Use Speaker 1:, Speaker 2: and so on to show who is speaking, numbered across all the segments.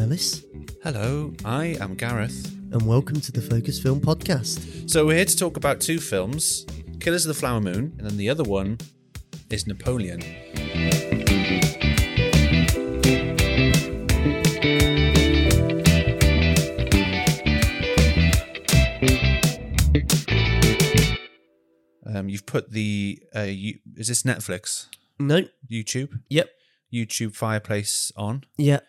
Speaker 1: Alice,
Speaker 2: Hello, I am Gareth.
Speaker 1: and welcome to the Focus Film Podcast.
Speaker 2: So we're here to talk about two films, Killers of the Flower Moon, and then the other one is Napoleon. Um, you've put the uh, you, is this Netflix,
Speaker 1: No,
Speaker 2: YouTube,
Speaker 1: yep,
Speaker 2: YouTube Fireplace on?
Speaker 1: yeah.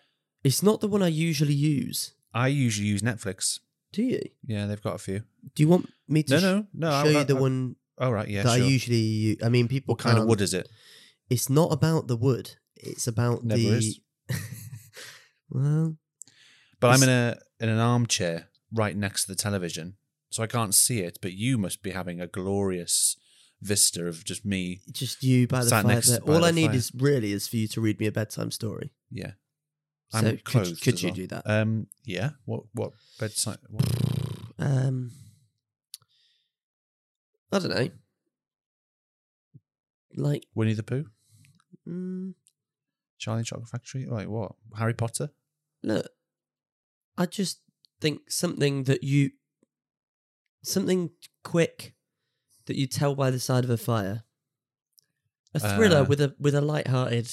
Speaker 1: It's not the one I usually use.
Speaker 2: I usually use Netflix.
Speaker 1: Do you?
Speaker 2: Yeah, they've got a few.
Speaker 1: Do you want me to
Speaker 2: No,
Speaker 1: sh-
Speaker 2: no, no.
Speaker 1: show
Speaker 2: I-
Speaker 1: you
Speaker 2: I-
Speaker 1: the
Speaker 2: I-
Speaker 1: one
Speaker 2: All right, yeah.
Speaker 1: that
Speaker 2: sure.
Speaker 1: I usually use? I mean, people
Speaker 2: What kind of
Speaker 1: can't-
Speaker 2: wood is it?
Speaker 1: It's not about the wood. It's about
Speaker 2: Never
Speaker 1: the.
Speaker 2: is.
Speaker 1: well,
Speaker 2: But I'm
Speaker 1: It's-
Speaker 2: in a in an armchair right next to the television, so I can't see it. But you must be having a glorious vista of just me.
Speaker 1: just you by the
Speaker 2: Sat
Speaker 1: fire.
Speaker 2: next
Speaker 1: there.
Speaker 2: by
Speaker 1: All
Speaker 2: the
Speaker 1: I need
Speaker 2: fire.
Speaker 1: is really is for you to read me a bedtime story.
Speaker 2: Yeah,
Speaker 1: so
Speaker 2: I'm
Speaker 1: could-
Speaker 2: clothed.
Speaker 1: Could,
Speaker 2: as
Speaker 1: you
Speaker 2: well.
Speaker 1: do that?
Speaker 2: Um, yeah. What what bedside? What?
Speaker 1: Um, I don't know. Like,
Speaker 2: Winnie the Pooh,
Speaker 1: mm,
Speaker 2: Charlie and the Chocolate Factory, like what? Harry Potter.
Speaker 1: look, I just think something that you, something quick, that you tell by the side of a fire. A thriller
Speaker 2: Uh,
Speaker 1: with a with a light-hearted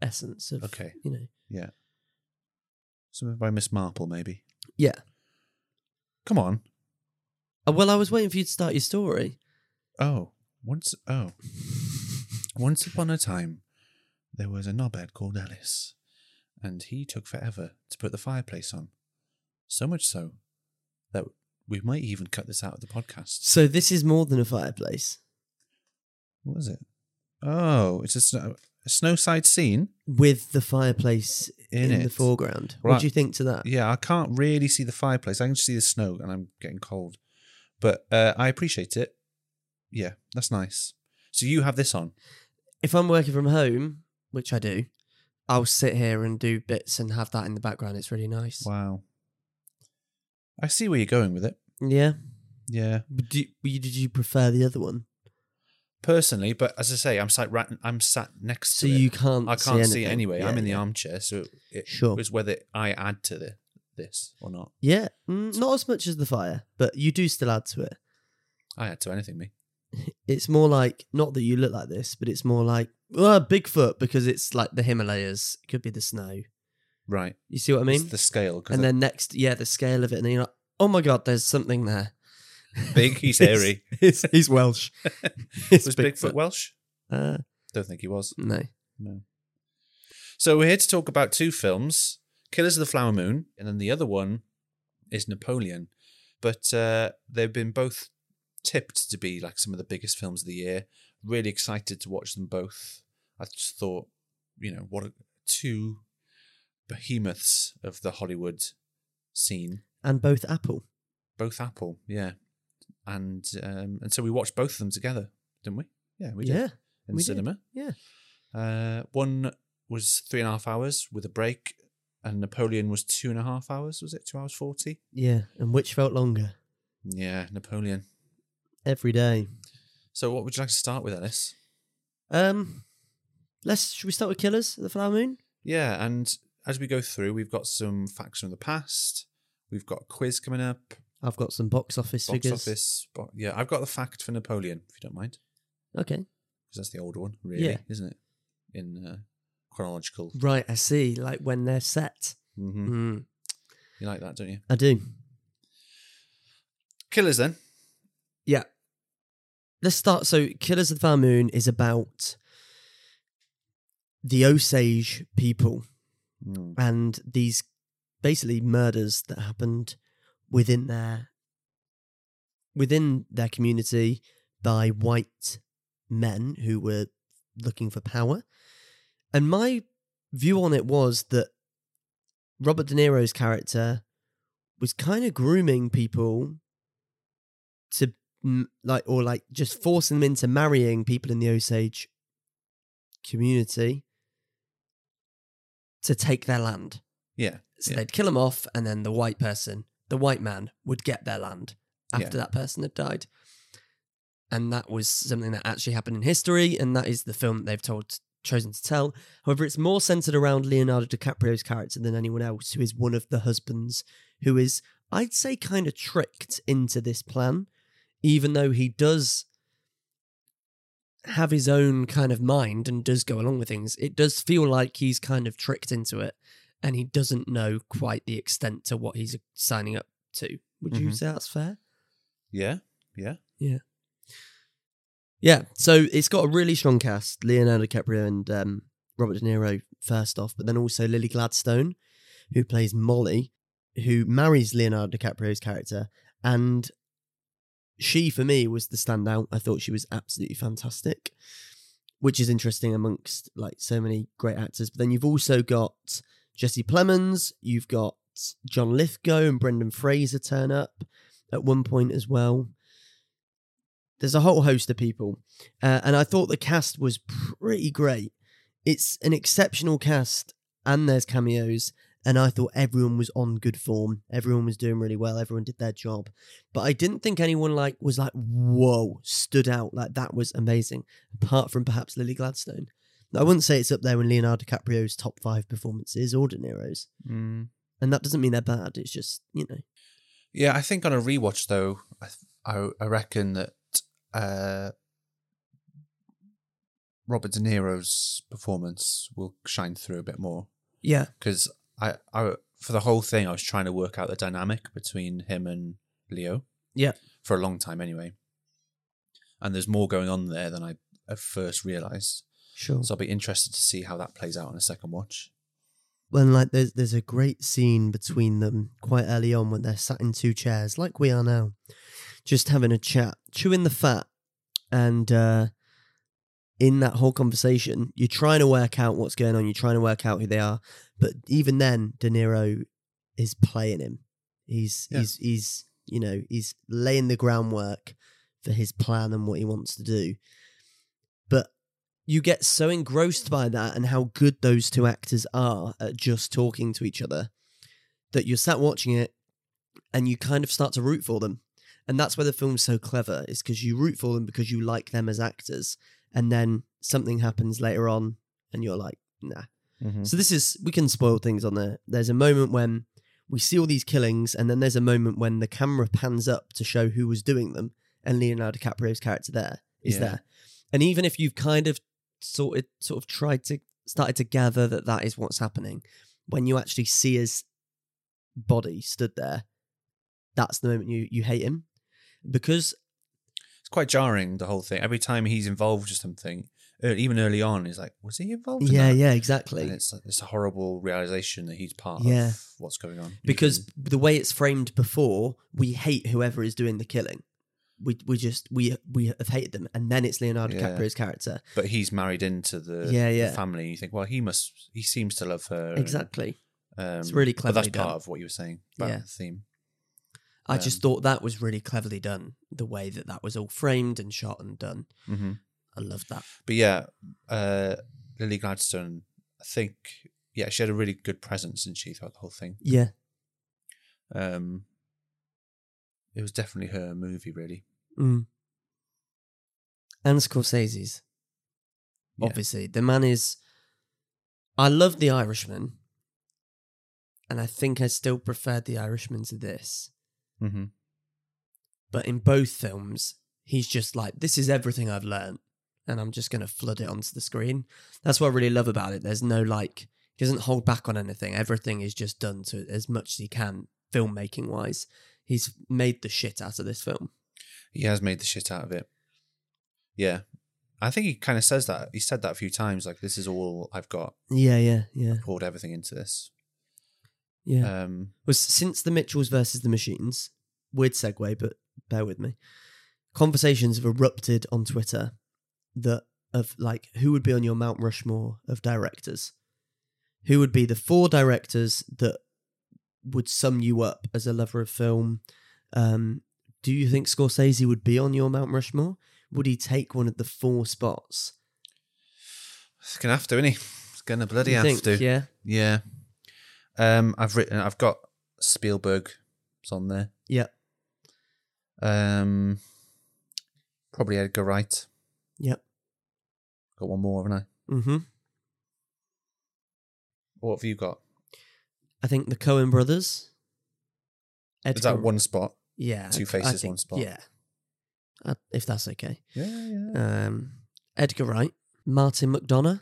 Speaker 1: essence of,
Speaker 2: Okay.
Speaker 1: you know,
Speaker 2: Something by Miss Marple, maybe.
Speaker 1: yeah.
Speaker 2: Come on.
Speaker 1: Uh, Well, I was waiting for you to start your story.
Speaker 2: Oh, once. Oh, once upon a time, there was a knobhead called Alice, and he took forever to put the fireplace on. So much so that we might even cut this out of the podcast.
Speaker 1: So this is more than a fireplace.
Speaker 2: What was it? Oh, it's a, snow, a snowside scene.
Speaker 1: with the fireplace in,
Speaker 2: In
Speaker 1: the
Speaker 2: it.
Speaker 1: foreground.
Speaker 2: Well,
Speaker 1: what do you think to that?
Speaker 2: Yeah, I can't really see the fireplace. I can just see the snow, and I'm getting cold. But uh, I appreciate it. Yeah, that's nice. So you have this on.
Speaker 1: If I'm working from home, which I do, I'll sit here and do bits and have that in the background. It's really nice.
Speaker 2: Wow. I see where you're going with it.
Speaker 1: Yeah.
Speaker 2: Yeah.
Speaker 1: But do, but you- did you prefer the other one?
Speaker 2: personally, but as I say, I'm sat right, I'm sat next
Speaker 1: So
Speaker 2: to
Speaker 1: you
Speaker 2: it.
Speaker 1: can't.
Speaker 2: I can't see,
Speaker 1: anything.
Speaker 2: it anyway.
Speaker 1: Yeah,
Speaker 2: I'm in the
Speaker 1: yeah.
Speaker 2: armchair, so it
Speaker 1: Sure.
Speaker 2: was whether I add to the, this or not.
Speaker 1: Yeah, mm, not as much as the fire, but you do still add to it.
Speaker 2: I add to anything, me.
Speaker 1: It's more like not that you look like this, but it's more like oh, Bigfoot because it's like the Himalayas. It could be the snow.
Speaker 2: Right.
Speaker 1: You see what I mean?
Speaker 2: it's the scale because
Speaker 1: and then next, yeah, the scale of it, and then you're like, oh my god, there's something there.
Speaker 2: big. He's hairy.
Speaker 1: He's, he's Welsh. It's
Speaker 2: was Bigfoot Welsh?
Speaker 1: Uh,
Speaker 2: Don't think he was.
Speaker 1: no.
Speaker 2: No. So we're here to talk about two films: Killers of the Flower Moon, and then the other one is Napoleon. But uh, they've been both tipped to be like some of the biggest films of the year. Really excited to watch them both. I just thought, you know, what a, two behemoths of the Hollywood scene,
Speaker 1: And both Apple.
Speaker 2: both Apple, yeah, and um, and so we watched both of them together, didn't we? Yeah, we did
Speaker 1: yeah.
Speaker 2: in
Speaker 1: we did.
Speaker 2: cinema.
Speaker 1: Yeah.
Speaker 2: Uh, one was three and a half hours with a break, and Napoleon was two and a half hours. Was it two hours forty?
Speaker 1: Yeah. And which felt longer?
Speaker 2: Yeah, Napoleon.
Speaker 1: Every day.
Speaker 2: So, what would you like to start with, Alice?
Speaker 1: Um let's should we start with Killers at the Flower Moon?
Speaker 2: Yeah, and as we go through, we've got some facts from the past. We've got a quiz coming up.
Speaker 1: I've got some box office
Speaker 2: Box
Speaker 1: figures.
Speaker 2: office. Bo- yeah, I've got the fact for Napoleon, if you don't mind,
Speaker 1: Okay.
Speaker 2: because that's the older one, really,
Speaker 1: Yeah.
Speaker 2: isn't it? In uh, chronological.
Speaker 1: Right, I see. Like when they're set.
Speaker 2: hmm
Speaker 1: Mm,
Speaker 2: You like that, don't you?
Speaker 1: I do.
Speaker 2: Killers, then.
Speaker 1: Yeah. Let's start. So Killers of the Flower Moon is about the Osage people
Speaker 2: Mm.
Speaker 1: and these basically murders that happened within their within their community by white men who were looking for power and my view on it was that Robert De Niro's character was kind of grooming people to mm, like or like just forcing them into marrying people in the Osage community to take their land.
Speaker 2: Yeah.
Speaker 1: So
Speaker 2: Yeah.
Speaker 1: they'd kill him off, and then the white person, the white man, would get their land after
Speaker 2: Yeah.
Speaker 1: that person had died. And that was something that actually happened in history, and that is the film that they've told chosen to tell. However, it's more centered around Leonardo DiCaprio's character than anyone else, who is one of the husbands, who is, I'd say, kind of tricked into this plan, even though he does have his own kind of mind and does go along with things. It does feel like he's kind of tricked into it and he doesn't know quite the extent to what he's signing up to. Would you
Speaker 2: Mhm.
Speaker 1: say that's fair?
Speaker 2: Yeah, yeah.
Speaker 1: Yeah, so it's got a really strong cast: Leonardo DiCaprio and um, Robert De Niro first off, but then also Lily Gladstone, who plays Molly, who marries Leonardo DiCaprio's character, and she for me was the standout. I thought she was absolutely fantastic, which is interesting amongst like so many great actors. But then you've also got Jesse Plemons, you've got John Lithgow and Brendan Fraser turn up at one point as well. There's a whole host of people, uh, and I thought the cast was pretty great. It's an exceptional cast, and there's cameos, and I thought everyone was on good form. Everyone was doing really well. Everyone did their job, but I didn't think anyone like was like whoa stood out like that was amazing. Apart from perhaps Lily Gladstone, I wouldn't say it's up there in Leonardo DiCaprio's top five performances or De Niro's,
Speaker 2: Mm.
Speaker 1: and that doesn't mean they're bad. It's just you know
Speaker 2: Yeah, I think on a rewatch though, I th- I, I reckon that uh, Robert De Niro's performance will shine through a bit more
Speaker 1: yeah
Speaker 2: because I, I for the whole thing I was trying to work out the dynamic between him and Leo.
Speaker 1: Yeah.
Speaker 2: for a long time anyway. And there's more going on there than I at first realized.
Speaker 1: sure.
Speaker 2: So I'll be interested to see how that plays out on a second watch.
Speaker 1: when like there's there's a great scene between them quite early on when they're sat in two chairs like we are now just having a chat chewing the fat and uh in that whole conversation you're trying to work out what's going on you're trying to work out who they are but even then de niro is playing him he's
Speaker 2: Yeah.
Speaker 1: he's he's you know he's laying the groundwork for his plan and what he wants to do but you get so engrossed by that and how good those two actors are at just talking to each other that you're sat watching it and you kind of start to root for them. And that's where the film's so clever, is because you root for them because you like them as actors. And then something happens later on and you're like, nah.
Speaker 2: Hmm.
Speaker 1: So this is we can spoil things on there. There's a moment when we see all these killings, and then there's a moment when the camera pans up to show who was doing them, and Leonardo DiCaprio's character there is
Speaker 2: Yeah.
Speaker 1: there. And even if you've kind of sorted, sort of tried to started to gather that that is what's happening, when you actually see his body stood there, that's the moment you you hate him because
Speaker 2: It's quite jarring the whole thing. Every time he's involved with something, ear- even early on, he's like, "Was he involved?" in
Speaker 1: yeah,
Speaker 2: that?"
Speaker 1: yeah, exactly.
Speaker 2: And it's it's a horrible realization that he's part
Speaker 1: Yeah.
Speaker 2: of what's going on.
Speaker 1: because
Speaker 2: Mm-hmm.
Speaker 1: the way it's framed before, we hate whoever is doing the killing. We we just we we have hated them, and then it's Leonardo
Speaker 2: Yeah.
Speaker 1: DiCaprio's character.
Speaker 2: but he's married into the
Speaker 1: Yeah,
Speaker 2: the
Speaker 1: yeah.
Speaker 2: family. You think, well, he must. He seems to love her. and,
Speaker 1: Exactly.
Speaker 2: um,
Speaker 1: It's really
Speaker 2: But that's
Speaker 1: cleverly
Speaker 2: part
Speaker 1: done.
Speaker 2: of what you were saying about
Speaker 1: Yeah.
Speaker 2: the theme.
Speaker 1: I just
Speaker 2: Um,
Speaker 1: thought that was really cleverly done. The way that that was all framed and shot and done,
Speaker 2: Mm-hmm.
Speaker 1: I love that.
Speaker 2: But yeah, uh, Lily Gladstone. I think yeah, she had a really good presence, didn't she, throughout the whole thing.
Speaker 1: Yeah,
Speaker 2: Um, it was definitely her movie, really.
Speaker 1: mm. and Scorsese's.
Speaker 2: Yeah.
Speaker 1: Obviously, the man is. I love The Irishman, and I think I still preferred The Irishman to this.
Speaker 2: Mm-hmm.
Speaker 1: but in both films he's just like this is everything i've learned and i'm just going to flood it onto the screen that's what i really love about it there's no like he doesn't hold back on anything everything is just done to as much as he can filmmaking wise he's made the shit out of this film
Speaker 2: He has made the shit out of it. Yeah. I think he kind of says that. He said that a few times. Like, this is all I've got.
Speaker 1: yeah yeah yeah
Speaker 2: Poured everything into this.
Speaker 1: yeah
Speaker 2: Um,
Speaker 1: was since the Mitchells versus the Machines. Weird segue, but bear with me. Conversations have erupted on Twitter that of like who would be on your Mount Rushmore of directors, who would be the four directors that would sum you up as a lover of film. Um, do you think Scorsese would be on your Mount Rushmore? Would he take one of the four spots?
Speaker 2: it's gonna have to, isn't he? It's gonna bloody
Speaker 1: You
Speaker 2: have
Speaker 1: think,
Speaker 2: to. Yeah.
Speaker 1: Yeah,
Speaker 2: Um, I've written. I've got Spielberg. It's on there.
Speaker 1: yeah,
Speaker 2: Um, probably Edgar Wright.
Speaker 1: Yep.
Speaker 2: Got one more, haven't I?
Speaker 1: mm-hmm.
Speaker 2: What have you got?
Speaker 1: I think the Cohen brothers. Ed
Speaker 2: Is that
Speaker 1: Coen-
Speaker 2: one spot?
Speaker 1: Yeah.
Speaker 2: Two
Speaker 1: I c- I
Speaker 2: faces,
Speaker 1: think-
Speaker 2: one spot?
Speaker 1: Yeah. Uh, if that's okay.
Speaker 2: Yeah, yeah.
Speaker 1: Um, Edgar Wright, Martin McDonough.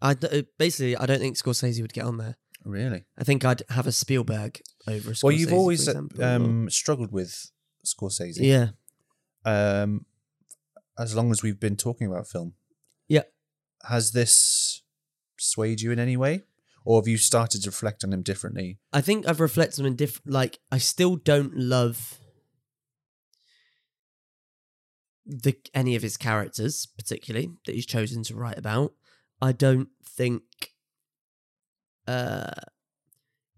Speaker 1: I d- uh, basically I don't think Scorsese would get on there.
Speaker 2: really?
Speaker 1: I think I'd have a Spielberg over a Scorsese.
Speaker 2: well, you've
Speaker 1: for
Speaker 2: always uh,
Speaker 1: example, or-
Speaker 2: um, struggled with Scorsese.
Speaker 1: yeah,
Speaker 2: Um, as long as we've been talking about film.
Speaker 1: Yeah.
Speaker 2: Has this swayed you in any way? Or have you started to reflect on him differently?
Speaker 1: I think I've reflected on a different. Like, I still don't love the any of his characters, particularly that he's chosen to write about. I don't think uh,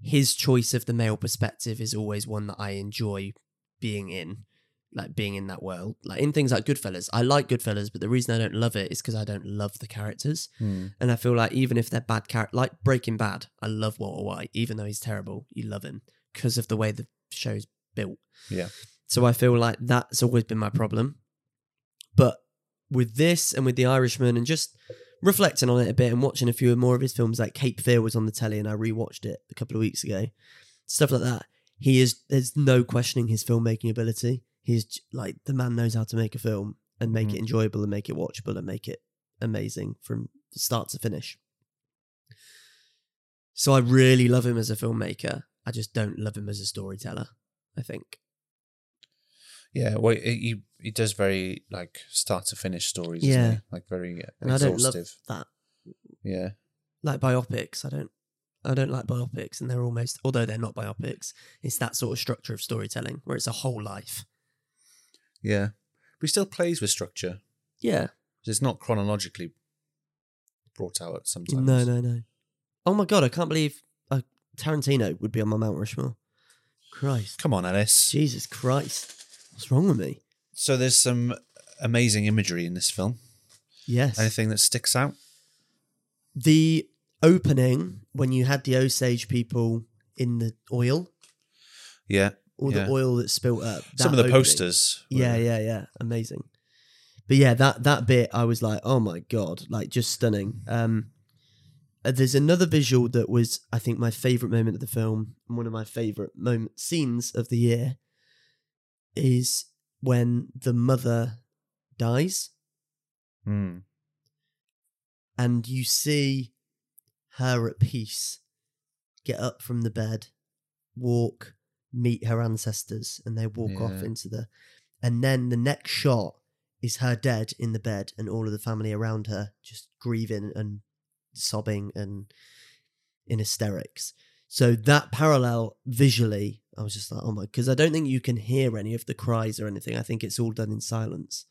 Speaker 1: his choice of the male perspective is always one that I enjoy being in, like being in that world. Like in things like Goodfellas, I like Goodfellas, but the reason I don't love it is because I don't love the characters. And I feel like even if they're bad characters, like Breaking Bad, I love Walter White, even though he's terrible, you love him because of the way the show's built.
Speaker 2: Yeah.
Speaker 1: So I feel like that's always been my problem. But with this and with The Irishman and just reflecting on it a bit and watching a few more of his films, like Cape Fear was on the telly and I rewatched it a couple of weeks ago, stuff like that. He is, there's no questioning his filmmaking ability. He's j- like, the man knows how to make a film and make
Speaker 2: Mhm.
Speaker 1: it enjoyable and make it watchable and make it amazing from start to finish. So I really love him as a filmmaker. I just don't love him as a storyteller, I think.
Speaker 2: Yeah, well, he- he he does very like start to finish stories, yeah,
Speaker 1: Yeah.
Speaker 2: like very uh,
Speaker 1: And I don't love
Speaker 2: exhaustive.
Speaker 1: that.
Speaker 2: Yeah,
Speaker 1: Like biopics, I don't I don't like biopics and they're almost although they're not biopics, it's that sort of structure of storytelling where it's a whole life.
Speaker 2: yeah, but he still plays with structure.
Speaker 1: Yeah.
Speaker 2: 'cause It's not chronologically brought out sometimes.
Speaker 1: No, no, no. Oh my god, I can't believe uh, Tarantino would be on my Mount Rushmore. Christ.
Speaker 2: Come on, Alice.
Speaker 1: Jesus Christ. What's wrong with me?
Speaker 2: So there's some amazing imagery in this film.
Speaker 1: Yes.
Speaker 2: Anything that sticks out?
Speaker 1: the opening when you had the Osage people in the oil,
Speaker 2: Yeah,
Speaker 1: all
Speaker 2: Yeah.
Speaker 1: the oil that's spilt up.
Speaker 2: some of
Speaker 1: that
Speaker 2: the
Speaker 1: opening-
Speaker 2: posters. were-
Speaker 1: Yeah, yeah, yeah. Amazing. But yeah, that that bit I was like, oh my god, like just stunning. Um uh, there's another visual that was I think my favorite moment of the film, and one of my favorite moment scenes of the year is when the mother dies
Speaker 2: Mm.
Speaker 1: and you see her at peace get up from the bed walk meet her ancestors and they walk off
Speaker 2: Yeah.
Speaker 1: into the and then the next shot is her dead in the bed and all of the family around her just grieving and sobbing and in hysterics so that parallel visually i was just like oh my because i don't think you can hear any of the cries or anything i think it's all done in silence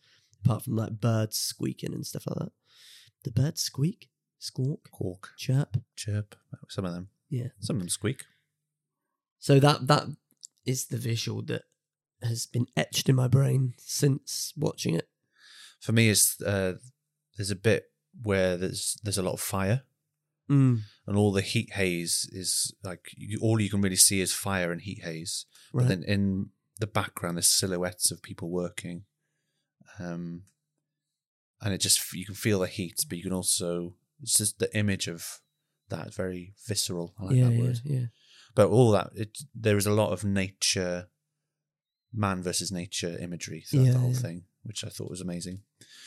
Speaker 1: apart from like birds squeaking and stuff like that the birds squeak, squawk,
Speaker 2: Cork,
Speaker 1: chirp.
Speaker 2: chirp. Some of them.
Speaker 1: Yeah.
Speaker 2: Some of them squeak.
Speaker 1: So that that is the visual that has been etched in my brain since watching it.
Speaker 2: For me, it's uh, there's a bit where there's there's a lot of fire.
Speaker 1: Mm,
Speaker 2: and all the heat haze is like you, all you can really see is fire and heat haze.
Speaker 1: right.
Speaker 2: But then in the background, there's silhouettes of people working, um, and it just you can feel the heat, but you can also it's just the image of that is very visceral. I like
Speaker 1: yeah,
Speaker 2: that
Speaker 1: yeah,
Speaker 2: word.
Speaker 1: yeah.
Speaker 2: But all that it, there is a lot of nature, man versus nature imagery throughout
Speaker 1: Yeah,
Speaker 2: the whole
Speaker 1: yeah.
Speaker 2: thing, which I thought was amazing.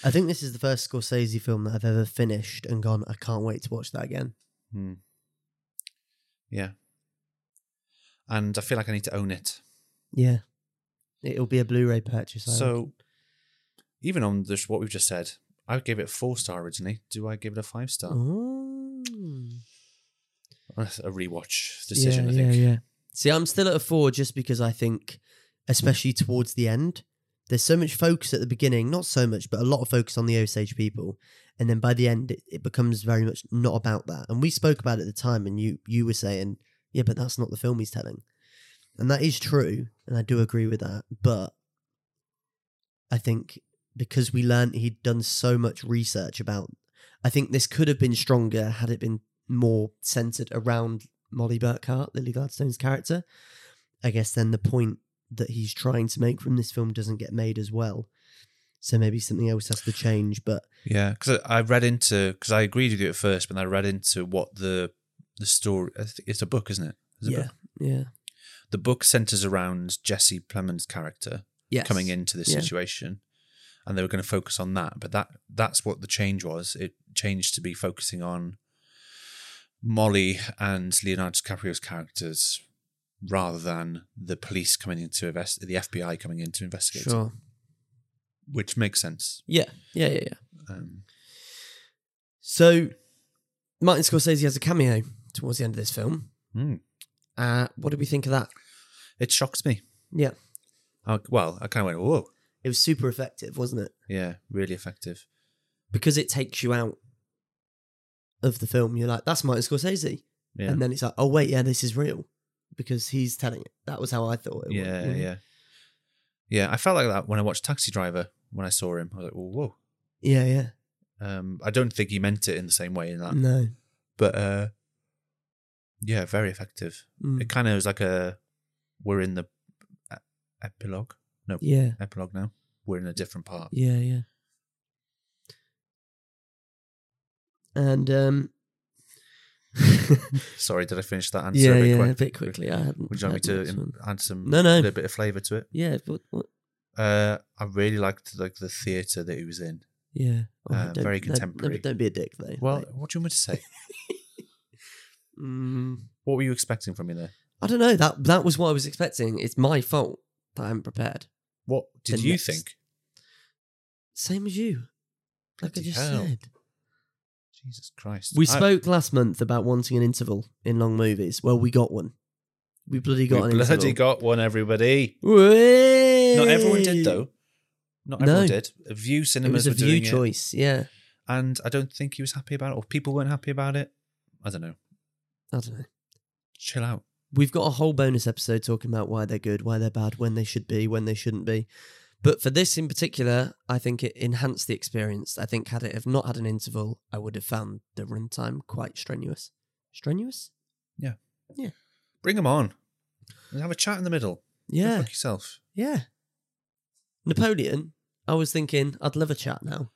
Speaker 1: I think this is the first Scorsese film that I've ever finished and gone, I can't wait to watch that again.
Speaker 2: Hmm. Yeah. And I feel like I need to own it.
Speaker 1: Yeah. It'll be a Blu-ray purchase. I reckon.
Speaker 2: So, even on this, what we've just said, I gave it a four star originally. Do I give it a five star?
Speaker 1: Oh. Mm.
Speaker 2: That's A rewatch decision,
Speaker 1: yeah,
Speaker 2: I think.
Speaker 1: Yeah, yeah. See, I'm still at a four just because I think, especially towards the end, there's so much focus at the beginning, not so much, but a lot of focus on the Osage people. And then by the end, it, it becomes very much not about that. And we spoke about it at the time, and you you were saying, yeah, but that's not the film he's telling. And that is true. And I do agree with that. But I think because we learned he'd done so much research about, I think this could have been stronger had it been more centered around Molly Burkhart, Lily Gladstone's character, I guess then the point that he's trying to make from this film doesn't get made as well. So maybe something else has to change. But
Speaker 2: Yeah, because I I read into because I agreed with you at first, but then I read into what the the story. I think It's a book, isn't it? Is it a
Speaker 1: yeah,
Speaker 2: book?
Speaker 1: yeah,
Speaker 2: The book centers around Jesse Plemons' character
Speaker 1: yes.
Speaker 2: coming into this
Speaker 1: Yeah.
Speaker 2: situation, and they were going to focus on that. But that that's what the change was. It changed to be focusing on Molly and Leonardo DiCaprio's characters rather than the police coming in to invest, the FBI coming in to investigate,
Speaker 1: Sure.
Speaker 2: which makes sense.
Speaker 1: Yeah, yeah, yeah, yeah.
Speaker 2: Um,
Speaker 1: So, Martin Scorsese has a cameo towards the end of this film.
Speaker 2: mm,
Speaker 1: Uh, what did we think of that?
Speaker 2: it shocked me.
Speaker 1: Yeah,
Speaker 2: I, well, I kind of went, "Whoa,
Speaker 1: it was super effective, wasn't it?
Speaker 2: yeah, really effective."
Speaker 1: Because it takes you out of the film. You're like, that's Martin Scorsese,
Speaker 2: Yeah,
Speaker 1: and then it's like, oh wait, yeah, this is real because he's telling it. That was how I thought it.
Speaker 2: yeah,
Speaker 1: was.
Speaker 2: yeah, yeah. I felt like that when I watched Taxi Driver. When I saw him, I was like, "Whoa, whoa."
Speaker 1: yeah, yeah.
Speaker 2: Um, I don't think he meant it in the same way in that,
Speaker 1: No,
Speaker 2: but uh, yeah, very effective.
Speaker 1: Mm.
Speaker 2: It kind of was like a we're in the e- epilogue,
Speaker 1: yeah,
Speaker 2: epilogue now. We're in a different part.
Speaker 1: yeah, yeah. And um,
Speaker 2: Sorry, did I finish that answer?
Speaker 1: yeah,
Speaker 2: a bit
Speaker 1: yeah,
Speaker 2: quick?
Speaker 1: a bit quickly. I hadn't.
Speaker 2: Would you want me
Speaker 1: had
Speaker 2: to
Speaker 1: much
Speaker 2: im-
Speaker 1: on-
Speaker 2: add some
Speaker 1: No, no.
Speaker 2: little bit of flavour to it?
Speaker 1: Yeah, but what?
Speaker 2: Uh, I really liked like the theatre that he was in.
Speaker 1: Yeah, Oh,
Speaker 2: Uh,
Speaker 1: don't-
Speaker 2: very
Speaker 1: no, no,
Speaker 2: contemporary.
Speaker 1: but don't be a dick, though.
Speaker 2: Well,
Speaker 1: mate.
Speaker 2: what do you want me to say?
Speaker 1: Mm,
Speaker 2: what were you expecting from me there?
Speaker 1: I don't know. That that was what I was expecting. It's my fault that I haven't prepared.
Speaker 2: What did
Speaker 1: The
Speaker 2: you
Speaker 1: next-
Speaker 2: think?
Speaker 1: Same as you. Like
Speaker 2: Bloody
Speaker 1: I just
Speaker 2: hell.
Speaker 1: said.
Speaker 2: Jesus Christ!
Speaker 1: We
Speaker 2: I-
Speaker 1: spoke last month about wanting an interval in long movies. Well, we got one. We bloody
Speaker 2: we
Speaker 1: got an
Speaker 2: bloody
Speaker 1: interval.
Speaker 2: got one, everybody. Not everyone
Speaker 1: Whey!
Speaker 2: did though. Not
Speaker 1: No.
Speaker 2: everyone did. View
Speaker 1: It was
Speaker 2: cinemas
Speaker 1: a
Speaker 2: were
Speaker 1: view
Speaker 2: doing it,
Speaker 1: choice. Yeah.
Speaker 2: and I don't think he was happy about it, or people weren't happy about it. I don't know.
Speaker 1: I don't know.
Speaker 2: Chill out.
Speaker 1: We've got a whole bonus episode talking about why they're good, why they're bad, when they should be, when they shouldn't be. But for this in particular, I think it enhanced the experience. I think had it have not had an interval, I would have found the runtime quite strenuous. Strenuous?
Speaker 2: Bring them on, and have a chat in the middle. Go
Speaker 1: Yeah,
Speaker 2: fuck yourself.
Speaker 1: yeah. Napoleon, I was thinking I'd love a chat now.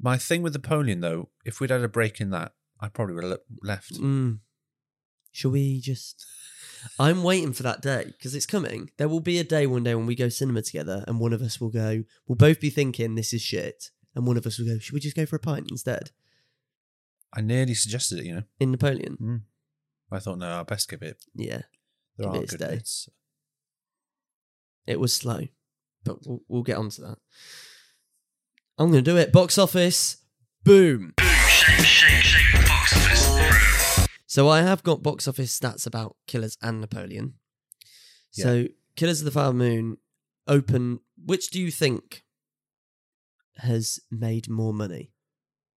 Speaker 2: My thing with Napoleon though, if we'd had a break in that, I probably would have le- left.
Speaker 1: Mm. Shall we just? I'm waiting for that day because it's coming. There will be a day one day when we go cinema together, and one of us will go. We'll both be thinking this is shit, and one of us will go. Should we just go for a pint instead
Speaker 2: I nearly suggested it, you know.
Speaker 1: in Napoleon?
Speaker 2: I thought, no, I will best give it.
Speaker 1: Yeah,
Speaker 2: There
Speaker 1: Give it
Speaker 2: are
Speaker 1: its
Speaker 2: good
Speaker 1: day.
Speaker 2: bits.
Speaker 1: it was slow, but we'll, we'll get on to that. I'm gonna do it. Box office, boom. So I have got box office stats about Killers and Napoleon. So Killers of the Flower Moon open. Which do you think has made more money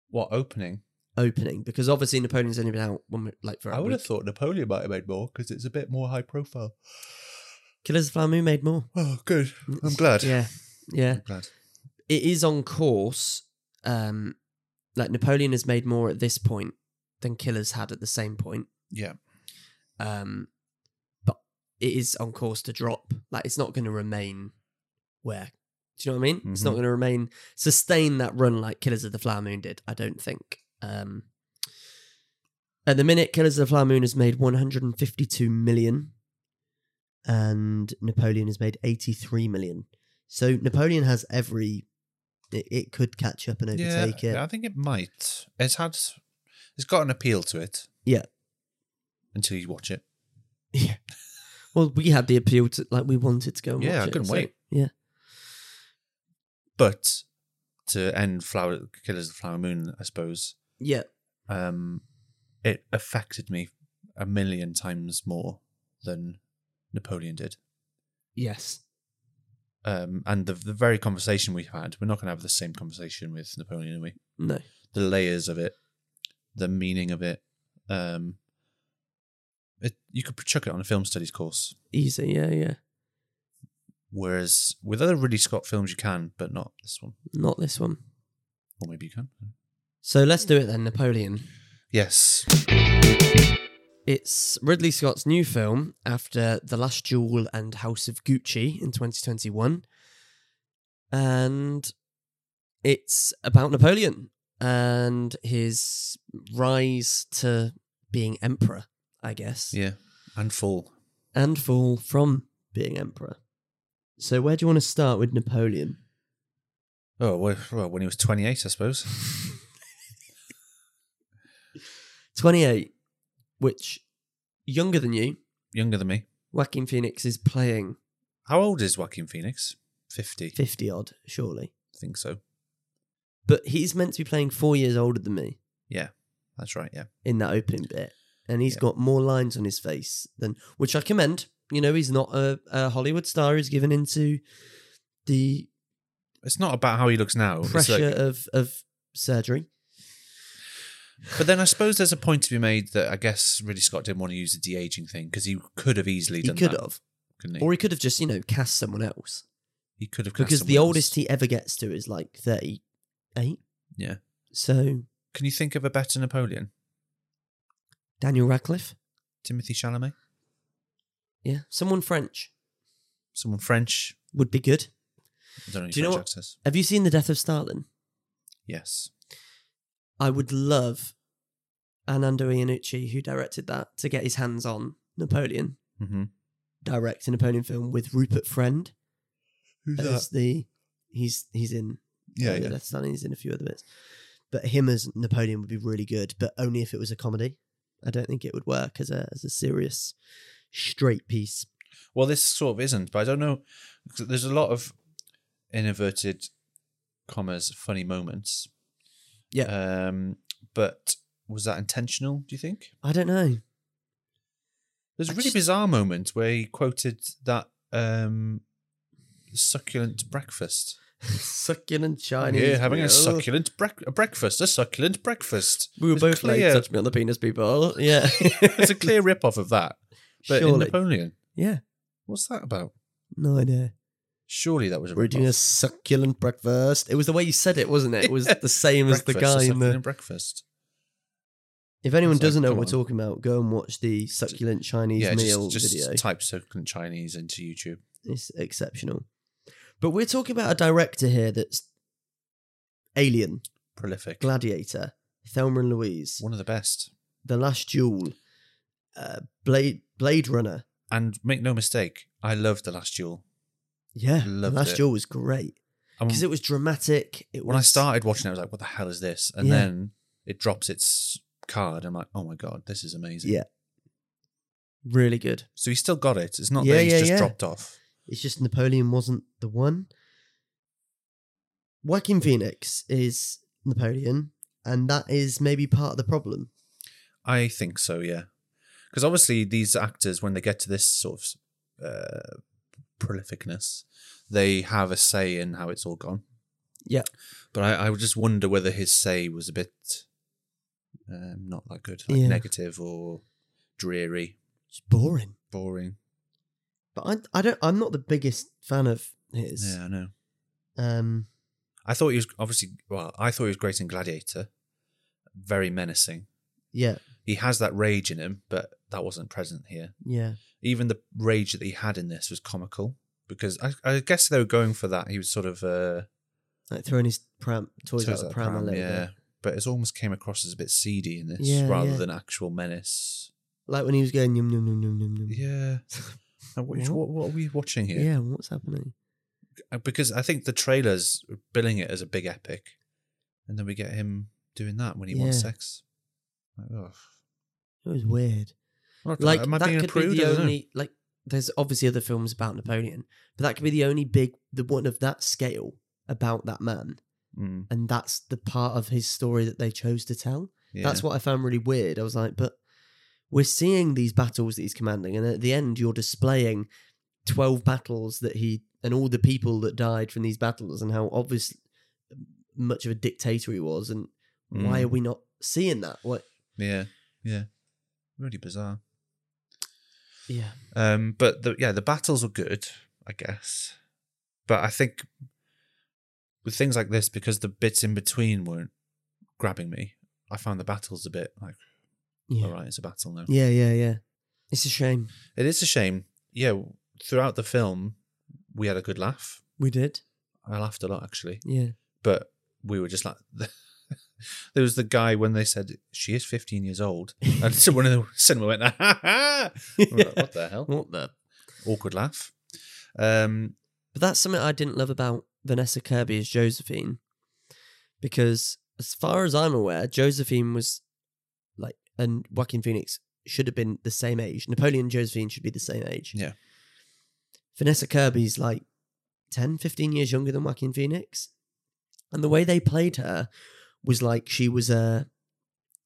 Speaker 2: What opening?
Speaker 1: opening? Because obviously Napoleon's only been out one we- like for. a
Speaker 2: I would
Speaker 1: week.
Speaker 2: have thought Napoleon might have made more because it's a bit more high profile.
Speaker 1: Killers of the Flower Moon made more.
Speaker 2: Oh, good. I'm glad.
Speaker 1: Yeah, yeah.
Speaker 2: I'm glad.
Speaker 1: It is on course. Um, like Napoleon has made more at this point than Killers had at the same point.
Speaker 2: Yeah.
Speaker 1: um but it is on course to drop like it's not going to remain where do you know what i mean it's not
Speaker 2: Mhm.
Speaker 1: going to remain sustain that run like killers of the flower moon did i don't think um at the minute killers of the flower moon has made 152 million and napoleon has made 83 million so napoleon has every it, it could catch up and overtake
Speaker 2: yeah,
Speaker 1: it
Speaker 2: I think it might. It's had, it's got an appeal to it.
Speaker 1: Yeah.
Speaker 2: Until you watch it.
Speaker 1: well we had the appeal to like we wanted to go and
Speaker 2: Yeah,
Speaker 1: watch
Speaker 2: I
Speaker 1: it,
Speaker 2: couldn't
Speaker 1: so-
Speaker 2: wait.
Speaker 1: yeah
Speaker 2: But to end Flower Killers of the Flower Moon, I suppose,
Speaker 1: yeah
Speaker 2: um, it affected me a million times more than Napoleon did.
Speaker 1: yes
Speaker 2: um, and the the very conversation we've had, we're not going to have the same conversation with Napoleon, are we?
Speaker 1: no
Speaker 2: The layers of it, the meaning of it, um, it you could chuck it on a film studies course.
Speaker 1: easy yeah yeah
Speaker 2: Whereas with other Ridley Scott films, you can, but not this one,
Speaker 1: Not this one.
Speaker 2: or maybe you can.
Speaker 1: So let's do it then, Napoleon.
Speaker 2: Yes,
Speaker 1: It's Ridley Scott's new film after The Last Duel and House of Gucci in 2021. And it's about Napoleon and his rise to being emperor I guess,
Speaker 2: Yeah. And full.
Speaker 1: and fall from being emperor. So, where do you want to start with Napoleon?
Speaker 2: Oh, well, well, when he was 28, I suppose.
Speaker 1: 28, which younger than you,
Speaker 2: Younger than me.
Speaker 1: Joaquin Phoenix is playing
Speaker 2: How old is Joaquin Phoenix? 50.
Speaker 1: 50 odd, surely.
Speaker 2: I think so.
Speaker 1: But he's meant to be playing four years older than me
Speaker 2: That's right, yeah.
Speaker 1: in that opening bit. And he's
Speaker 2: Yeah.
Speaker 1: got more lines on his face than, which I commend. You know, he's not a, a Hollywood star who's given into the
Speaker 2: It's not about how he looks now. it's like-
Speaker 1: pressure of, of surgery.
Speaker 2: but then I suppose there's a point to be made that I guess Ridley Scott didn't want to use the de aging thing because he could have easily
Speaker 1: He
Speaker 2: done
Speaker 1: could
Speaker 2: that,
Speaker 1: have.
Speaker 2: couldn't he?
Speaker 1: Or he could have just, you know, cast someone else.
Speaker 2: he could have cast
Speaker 1: Because the
Speaker 2: someone else.
Speaker 1: oldest he ever gets to is like 38.
Speaker 2: Yeah.
Speaker 1: So,
Speaker 2: Can you think of a better Napoleon?
Speaker 1: Daniel Radcliffe?
Speaker 2: Timothy Chalamet,
Speaker 1: Yeah. Someone French
Speaker 2: someone French.
Speaker 1: would be good.
Speaker 2: I don't know. any
Speaker 1: Do you know
Speaker 2: French
Speaker 1: what-
Speaker 2: actors.
Speaker 1: Have you seen The Death of Stalin?
Speaker 2: Yes.
Speaker 1: I would love Anando Iannucci, who directed that, to get his hands on Napoleon,
Speaker 2: Mm-hmm.
Speaker 1: direct a Napoleon film with Rupert Friend
Speaker 2: Who's
Speaker 1: as the he's he's in
Speaker 2: Yeah,
Speaker 1: uh,
Speaker 2: yeah.
Speaker 1: Death of Stalin, he's in a few other bits. But him as Napoleon would be really good, but only if it was a comedy. I don't think it would work as a as a serious straight piece.
Speaker 2: Well, this sort of isn't, but I don't know. 'cause There's a lot of in inverted commas funny moments. Yeah. Um, but was that intentional? Do you think?
Speaker 1: I don't know.
Speaker 2: There's a
Speaker 1: I
Speaker 2: really
Speaker 1: just-
Speaker 2: bizarre moment where he quoted that um, succulent breakfast.
Speaker 1: succulent Chinese.
Speaker 2: Yeah, having a
Speaker 1: meal.
Speaker 2: succulent break a breakfast, a succulent breakfast.
Speaker 1: We were
Speaker 2: It's
Speaker 1: both like,
Speaker 2: clear.
Speaker 1: touch me on the penis, people. Yeah.
Speaker 2: It's a clear rip off of that. But in
Speaker 1: Surely.
Speaker 2: Napoleon,
Speaker 1: yeah.
Speaker 2: what's that about?
Speaker 1: No idea.
Speaker 2: Surely that was a
Speaker 1: We're doing a
Speaker 2: rip-off.
Speaker 1: succulent breakfast. It was the way you said it, wasn't it? It was
Speaker 2: Yeah.
Speaker 1: the same as the
Speaker 2: Breakfast, a
Speaker 1: guy in the.
Speaker 2: succulent breakfast.
Speaker 1: If anyone
Speaker 2: It's like,
Speaker 1: doesn't know
Speaker 2: come
Speaker 1: what we're
Speaker 2: on.
Speaker 1: talking about, go and watch the succulent Chinese
Speaker 2: yeah,
Speaker 1: meal
Speaker 2: just, just
Speaker 1: video.
Speaker 2: type succulent Chinese into YouTube.
Speaker 1: It's exceptional. But we're talking about a director here that's Alien,
Speaker 2: Prolific.
Speaker 1: Gladiator, Thelma and Louise,
Speaker 2: One of the best.
Speaker 1: The Last Duel, uh, Blade Blade Runner.
Speaker 2: And make no mistake, I loved The Last Duel.
Speaker 1: Yeah,
Speaker 2: Loved
Speaker 1: The Last
Speaker 2: it.
Speaker 1: Duel was great
Speaker 2: And
Speaker 1: because it was dramatic. It
Speaker 2: when I
Speaker 1: was-
Speaker 2: started watching it, I was like, what the hell is this? And
Speaker 1: Yeah.
Speaker 2: then it drops its card. I'm like, oh my God, this is amazing.
Speaker 1: Yeah. really good.
Speaker 2: So he still got it. It's not
Speaker 1: Yeah,
Speaker 2: that he's
Speaker 1: yeah,
Speaker 2: just
Speaker 1: yeah.
Speaker 2: dropped off.
Speaker 1: It's just Napoleon wasn't the one. Joaquin Phoenix is Napoleon, and that is maybe part of the problem.
Speaker 2: I think so, yeah. Because obviously, these actors, when they get to this sort of uh, prolificness, they have a say in how it's all gone.
Speaker 1: Yeah.
Speaker 2: But I, I would just wonder whether his say was a bit um, not that good, like
Speaker 1: Yeah.
Speaker 2: negative or dreary,
Speaker 1: It's boring.
Speaker 2: boring.
Speaker 1: But I, I don't. I'm not the biggest fan of his.
Speaker 2: Yeah, I know.
Speaker 1: Um,
Speaker 2: I thought he was obviously, well, I thought he was great in Gladiator, very menacing.
Speaker 1: yeah,
Speaker 2: He has that rage in him, but that wasn't present here.
Speaker 1: yeah,
Speaker 2: even the rage that he had in this was comical because I, I guess they were going for that. He was sort of uh,
Speaker 1: like throwing his pram toys out
Speaker 2: towards
Speaker 1: the
Speaker 2: that
Speaker 1: pram, a
Speaker 2: pram,
Speaker 1: little
Speaker 2: yeah.
Speaker 1: bit.
Speaker 2: But it almost came across as a bit seedy in this
Speaker 1: Yeah,
Speaker 2: rather
Speaker 1: yeah.
Speaker 2: than actual menace.
Speaker 1: Like when he was going yum yum yum yum yum yum.
Speaker 2: Yeah. Now, what,
Speaker 1: What?
Speaker 2: what, what are we watching here?
Speaker 1: Mm. Yeah, what's happening?
Speaker 2: Uh, Because I think the trailer's billing it as a big epic, and then we get him doing that when he wants
Speaker 1: Yeah.
Speaker 2: sex. Like, ugh.
Speaker 1: It was weird.
Speaker 2: Well,
Speaker 1: Like
Speaker 2: Mm. am I
Speaker 1: that
Speaker 2: being
Speaker 1: could be
Speaker 2: approved? I
Speaker 1: the
Speaker 2: don't know.
Speaker 1: only like. There's obviously other films about Napoleon, but that could be the only big the one of that scale about that man
Speaker 2: Mm,
Speaker 1: and that's the part of his story that they chose to tell.
Speaker 2: yeah.
Speaker 1: That's what I found really weird. I was like, but we're seeing these battles that he's commanding, and at the end, you're displaying twelve battles that he and all the people that died from these battles, and how obvious much of a dictator he was. And why
Speaker 2: Mm.
Speaker 1: are we not seeing that? What?
Speaker 2: Yeah, yeah, really bizarre.
Speaker 1: Yeah,
Speaker 2: Um, but the, yeah, the battles were good, I guess. But I think with things like this, because the bits in between weren't grabbing me, I found the battles a bit like,
Speaker 1: yeah,
Speaker 2: all right, it's a battle now.
Speaker 1: yeah, yeah, yeah. It's a shame.
Speaker 2: It is a shame. Yeah, throughout the film, we had a good laugh.
Speaker 1: We did.
Speaker 2: I laughed a lot actually,
Speaker 1: Yeah,
Speaker 2: but we were just like, there was the guy when they said she is 15 years old, and so one of the cinema went, "Ah, ha, ha." I was like, what the hell?
Speaker 1: What the?
Speaker 2: Awkward laugh. Um,
Speaker 1: But that's something I didn't love about Vanessa Kirby as Josephine, because as far as I'm aware, Josephine was like, and Joaquin Phoenix should have been the same age. Napoleon and Josephine should be the same age.
Speaker 2: Yeah.
Speaker 1: Vanessa Kirby's like 10, 15 years younger than Joaquin Phoenix. And the way they played her was like she was a,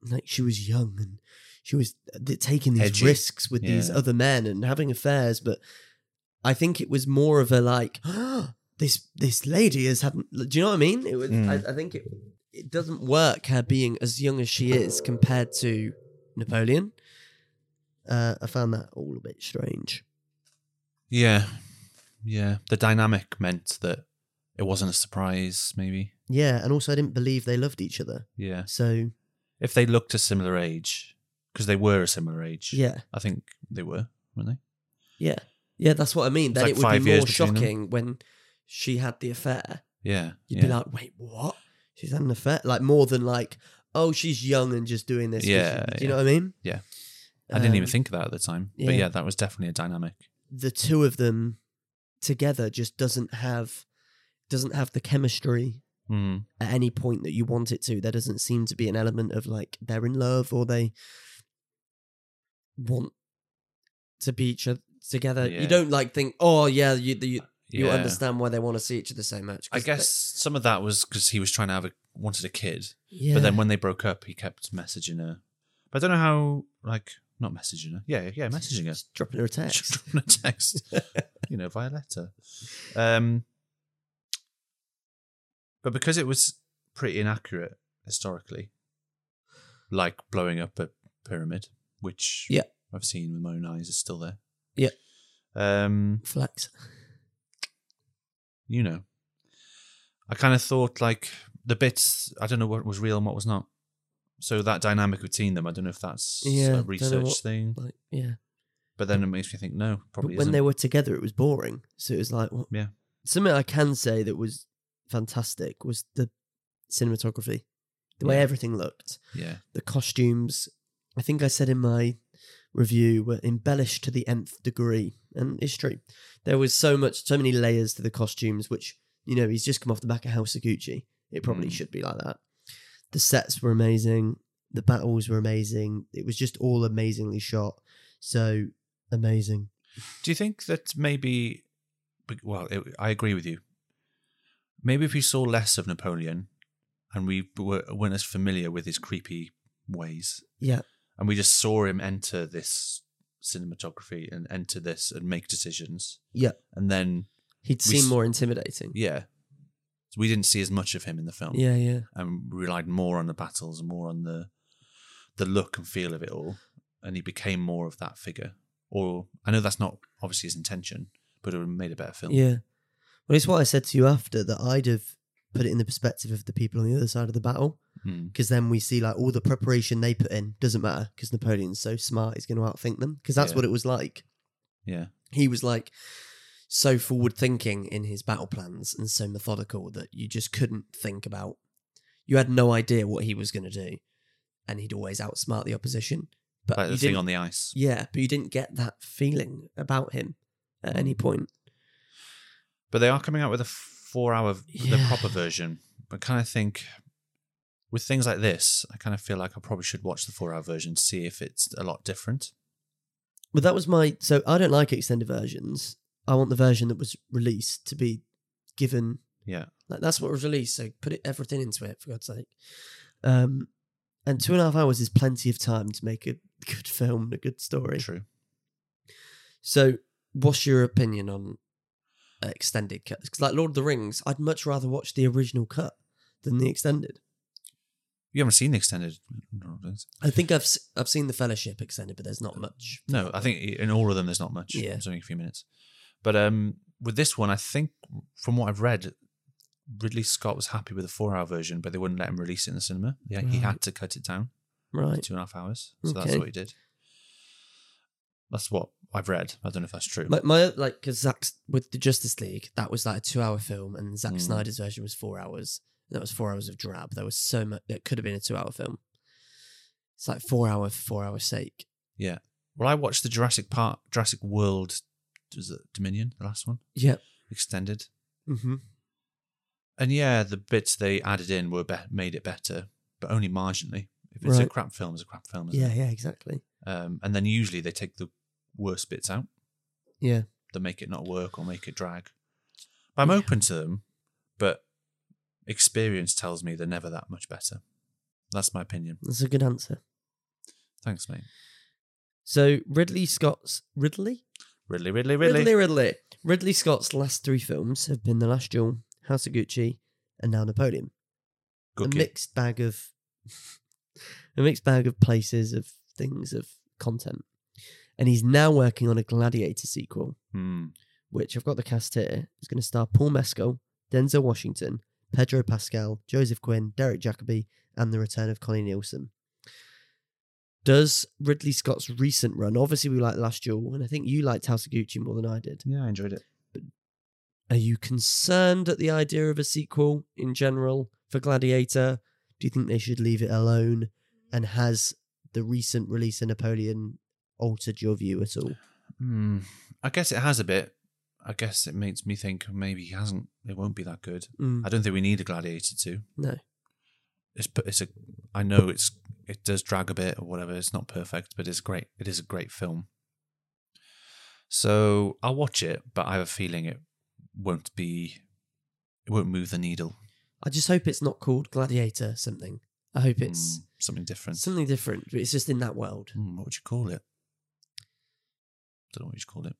Speaker 1: like she was young and she was uh, taking these
Speaker 2: Edgy.
Speaker 1: risks with these
Speaker 2: Yeah.
Speaker 1: other men and having affairs, but I think it was more of a like this this lady is having. Do you know what I mean? It was.
Speaker 2: Mm.
Speaker 1: I, I think it it doesn't work her being as young as she is compared to Napoleon. Uh, I found that all a bit strange.
Speaker 2: yeah, yeah. The dynamic meant that it wasn't a surprise, maybe.
Speaker 1: Yeah, and also I didn't believe they loved each other.
Speaker 2: Yeah,
Speaker 1: So
Speaker 2: if they looked a similar age, because they were a similar age.
Speaker 1: yeah,
Speaker 2: I think they were, weren't they?
Speaker 1: yeah, yeah. That's what I mean. Then
Speaker 2: like
Speaker 1: it would
Speaker 2: five
Speaker 1: be
Speaker 2: years
Speaker 1: more
Speaker 2: between them.
Speaker 1: shocking when she had the affair.
Speaker 2: Yeah,
Speaker 1: You'd
Speaker 2: yeah.
Speaker 1: be like, wait, what? She's had an affair? Like more than like, oh, she's young and just doing this. 'cause she-
Speaker 2: Yeah,
Speaker 1: do you
Speaker 2: yeah.
Speaker 1: know what I mean?
Speaker 2: Yeah. I didn't even
Speaker 1: Um,
Speaker 2: think of that at the time.
Speaker 1: yeah.
Speaker 2: But yeah, that was definitely a dynamic.
Speaker 1: the two of them together just doesn't have doesn't have the chemistry
Speaker 2: Mm.
Speaker 1: at any point that you want it to. There doesn't seem to be an element of like they're in love or they want to be each other together.
Speaker 2: Yeah.
Speaker 1: You don't like think, oh yeah, you you, you
Speaker 2: Yeah.
Speaker 1: understand why they want to see each other so much.
Speaker 2: I
Speaker 1: 'cause they-
Speaker 2: guess some of that was because he was trying to have a wanted a kid,
Speaker 1: yeah.
Speaker 2: but then when they broke up, he kept messaging her. But I don't know how, like, not messaging her. Yeah, yeah, messaging her.
Speaker 1: Just dropping her a text.
Speaker 2: Dropping a text, you know, via letter. Um, but because it was pretty inaccurate historically, like blowing up a pyramid, which
Speaker 1: Yeah.
Speaker 2: I've seen with my own eyes, is still there.
Speaker 1: Yeah.
Speaker 2: Um,
Speaker 1: Flex.
Speaker 2: you know. I kind of thought like the bits, I don't know what was real and what was not. So that dynamic between them, I don't know if that's
Speaker 1: Yeah, don't know
Speaker 2: a research
Speaker 1: what-
Speaker 2: thing,
Speaker 1: Like, yeah.
Speaker 2: but then it makes me think no,
Speaker 1: But
Speaker 2: probably
Speaker 1: when
Speaker 2: isn't.
Speaker 1: they were together, it was boring. So it was like, well,
Speaker 2: Yeah.
Speaker 1: Something I can say that was fantastic was the cinematography, the way
Speaker 2: Yeah.
Speaker 1: everything looked,
Speaker 2: yeah,
Speaker 1: the costumes. I think I said in my review were embellished to the nth degree, and it's true. There was so much, so many layers to the costumes, which you know he's just come off the back of House of Gucci. It probably
Speaker 2: Mm.
Speaker 1: should be like that. The sets were amazing. The battles were amazing. It was just all amazingly shot. So amazing.
Speaker 2: Do you think that maybe? be- Well, it, I agree with you. Maybe if we saw less of Napoleon, and we were, weren't as familiar with his creepy ways,
Speaker 1: Yeah.
Speaker 2: and we just saw him enter this cinematography and enter this and make decisions,
Speaker 1: Yeah.
Speaker 2: and then
Speaker 1: He'd
Speaker 2: We
Speaker 1: seem
Speaker 2: s-
Speaker 1: more intimidating.
Speaker 2: yeah, we didn't see as much of him in the film,
Speaker 1: Yeah, yeah.
Speaker 2: and we relied more on the battles and more on the the look and feel of it all, and he became more of that figure. Or I know that's not obviously his intention, but it would have made a better film.
Speaker 1: Yeah. Well, it's what I said to you after that I'd have put it in the perspective of the people on the other side of the battle
Speaker 2: Mm.
Speaker 1: because then we see like all the preparation they put in doesn't matter because Napoleon's so smart, he's going to outthink them because that's
Speaker 2: Yeah.
Speaker 1: what it was like.
Speaker 2: Yeah.
Speaker 1: He was like so forward thinking in his battle plans and so methodical that you just couldn't think about. You had no idea what he was going to do, and he'd always outsmart the opposition. But
Speaker 2: Like
Speaker 1: you
Speaker 2: Uh, the thing
Speaker 1: didn't-
Speaker 2: on the ice.
Speaker 1: Yeah, but you didn't get that feeling about him at
Speaker 2: Hmm.
Speaker 1: any point.
Speaker 2: But they are coming out with a four hour, the
Speaker 1: Yeah.
Speaker 2: proper version. I kind of think with things like this, I kind of feel like I probably should watch the four hour version to see if it's a lot different.
Speaker 1: But that was my so I don't like extended versions. I want the version that was released to be given
Speaker 2: Yeah.
Speaker 1: like that's what was released. So put it, everything into it for God's sake. Um, and two and a half hours is plenty of time to make a good film and a good story.
Speaker 2: True.
Speaker 1: So what's your opinion on extended cuts? 'Cause like Lord of the Rings, I'd much rather watch the original cut than the extended.
Speaker 2: You haven't seen the extended.
Speaker 1: I think I've s- I've seen the Fellowship extended, but there's not
Speaker 2: Uh,
Speaker 1: much.
Speaker 2: No, I think in all of them there's not much.
Speaker 1: Yeah.
Speaker 2: It's only a few minutes. But um, with this one, I think from what I've read, Ridley Scott was happy with the four hour version, but they wouldn't let him release it in the cinema. Yeah, he
Speaker 1: Right.
Speaker 2: had to cut it down.
Speaker 1: Right.
Speaker 2: two and a half hours. So that's
Speaker 1: Okay.
Speaker 2: what he did. That's what I've read. I don't know if that's true.
Speaker 1: My, my like because Zack with the Justice League that was like a two hour film and Zack
Speaker 2: Mm.
Speaker 1: Snyder's version was four hours That was four hours of drab. There was so much. It could have been a two-hour film. It's like four hour for four hour's sake.
Speaker 2: Well, I watched the Jurassic Park, Jurassic World, was it Dominion, the last one,
Speaker 1: Yep.
Speaker 2: extended,
Speaker 1: Mm-hmm.
Speaker 2: and yeah, the bits they added in were be- made it better, but only marginally. If it's a
Speaker 1: Right.
Speaker 2: crap film, it's a crap film. Isn't
Speaker 1: Yeah,
Speaker 2: It?
Speaker 1: yeah, exactly.
Speaker 2: Um, and then usually they take the worst bits out.
Speaker 1: Yeah.
Speaker 2: They make it not work or make it drag. But I'm
Speaker 1: Yeah.
Speaker 2: open to them, but experience tells me they're never that much better. That's my opinion.
Speaker 1: That's a good answer.
Speaker 2: Thanks, mate.
Speaker 1: So Ridley Scott's Ridley?
Speaker 2: Ridley, Ridley, Ridley.
Speaker 1: Ridley, Ridley. Ridley Scott's last three films have been The Last Duel, House of Gucci, and now Napoleon.
Speaker 2: Good
Speaker 1: A
Speaker 2: kid.
Speaker 1: mixed bag of a mixed bag of places, of things, of content. And he's now working on a Gladiator sequel,
Speaker 2: Hmm.
Speaker 1: which I've got the cast here. It's going to star Paul Mescal, Denzel Washington, Pedro Pascal, Joseph Quinn, Derek Jacobi, and the return of Connie Nielsen. Does Ridley Scott's recent run? Obviously, we liked Last Duel, and I think you liked House of Gucci more than I did.
Speaker 2: Yeah, I enjoyed it.
Speaker 1: Are you concerned at the idea of a sequel in general for Gladiator? Do you think they should leave it alone? And has the recent release of Napoleon altered your view at all?
Speaker 2: Hmm. I guess it has a bit. I guess it makes me think maybe he hasn't. It won't be that good.
Speaker 1: Mm,
Speaker 2: I don't think we need a gladiator two.
Speaker 1: No.
Speaker 2: It's p- it's a. I know it's it does drag a bit or whatever. It's not perfect, but it's great. It is a great film. So I'll watch it, but I have a feeling it won't be. It won't move the needle.
Speaker 1: I just hope it's not called Gladiator something. I hope it's
Speaker 2: Mm, something different.
Speaker 1: something different, but it's just in that world.
Speaker 2: Hmm, what would you call it? Don't know what you call it.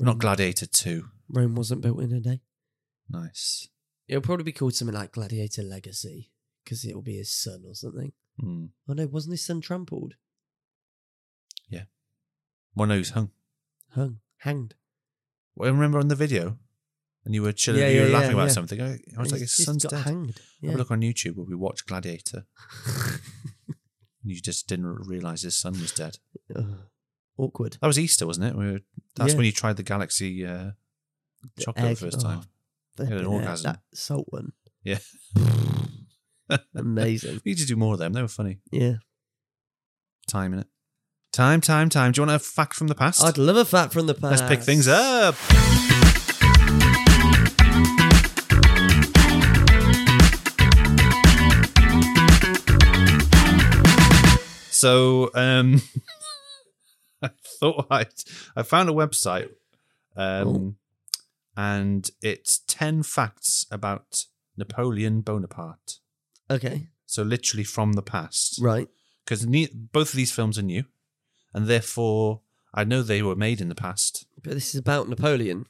Speaker 2: Not Gladiator Two.
Speaker 1: Rome wasn't built in a day.
Speaker 2: Nice.
Speaker 1: It'll probably be called something like Gladiator Legacy because it'll be his son or something.
Speaker 2: Hmm.
Speaker 1: Oh no, wasn't his son trampled,
Speaker 2: One who's hung.
Speaker 1: hung, hanged?
Speaker 2: Well, I remember on the video, and you were chilling,
Speaker 1: Yeah,
Speaker 2: you were
Speaker 1: yeah,
Speaker 2: laughing
Speaker 1: yeah,
Speaker 2: about
Speaker 1: yeah.
Speaker 2: something. I, I was Oh, like,
Speaker 1: He's
Speaker 2: his
Speaker 1: just
Speaker 2: son's
Speaker 1: got
Speaker 2: dead.
Speaker 1: hanged.
Speaker 2: Have
Speaker 1: Yeah.
Speaker 2: a look on YouTube where we watch Gladiator, and you just didn't realize his son was dead.
Speaker 1: Ugh. Awkward.
Speaker 2: That was Easter, wasn't it? We were, that's
Speaker 1: Yeah.
Speaker 2: when you tried the Galaxy uh,
Speaker 1: The
Speaker 2: chocolate
Speaker 1: egg-
Speaker 2: the first
Speaker 1: oh,
Speaker 2: time. had an
Speaker 1: flipping heck,
Speaker 2: orgasm.
Speaker 1: That salt one.
Speaker 2: Yeah.
Speaker 1: Amazing.
Speaker 2: We need to do more of them. They were funny.
Speaker 1: Yeah.
Speaker 2: Time in it. Time, time, time. Do you want a fact from the past?
Speaker 1: I'd love a fat from the past.
Speaker 2: Let's pick things up. So, um, I thought I I found a website, um,
Speaker 1: Oh.
Speaker 2: and it's ten facts about Napoleon Bonaparte.
Speaker 1: Okay.
Speaker 2: So literally from the past
Speaker 1: Right.
Speaker 2: because both of these films are new, and therefore I know they were made in the past.
Speaker 1: But this is about Napoleon,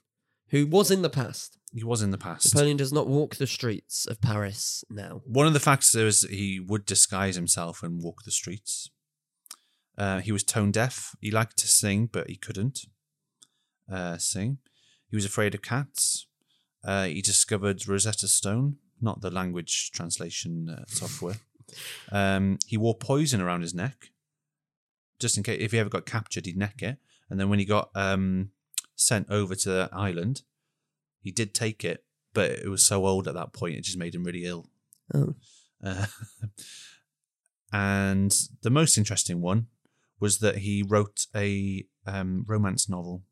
Speaker 1: who was in the past.
Speaker 2: He was in the past.
Speaker 1: Napoleon does not walk the streets of Paris now.
Speaker 2: One of the facts is that he would disguise himself and walk the streets. Uh, he was tone deaf. He liked to sing, but he couldn't uh, sing. He was afraid of cats. Uh, he discovered Rosetta Stone, not the language translation uh, software. Um, he wore poison around his neck, just in case if he ever got captured, he'd neck it. And then when he got um, sent over to the island, he did take it, but it was so old at that point, it just made him really ill.
Speaker 1: Oh.
Speaker 2: Uh, and the most interesting one was that he wrote a um, romance novel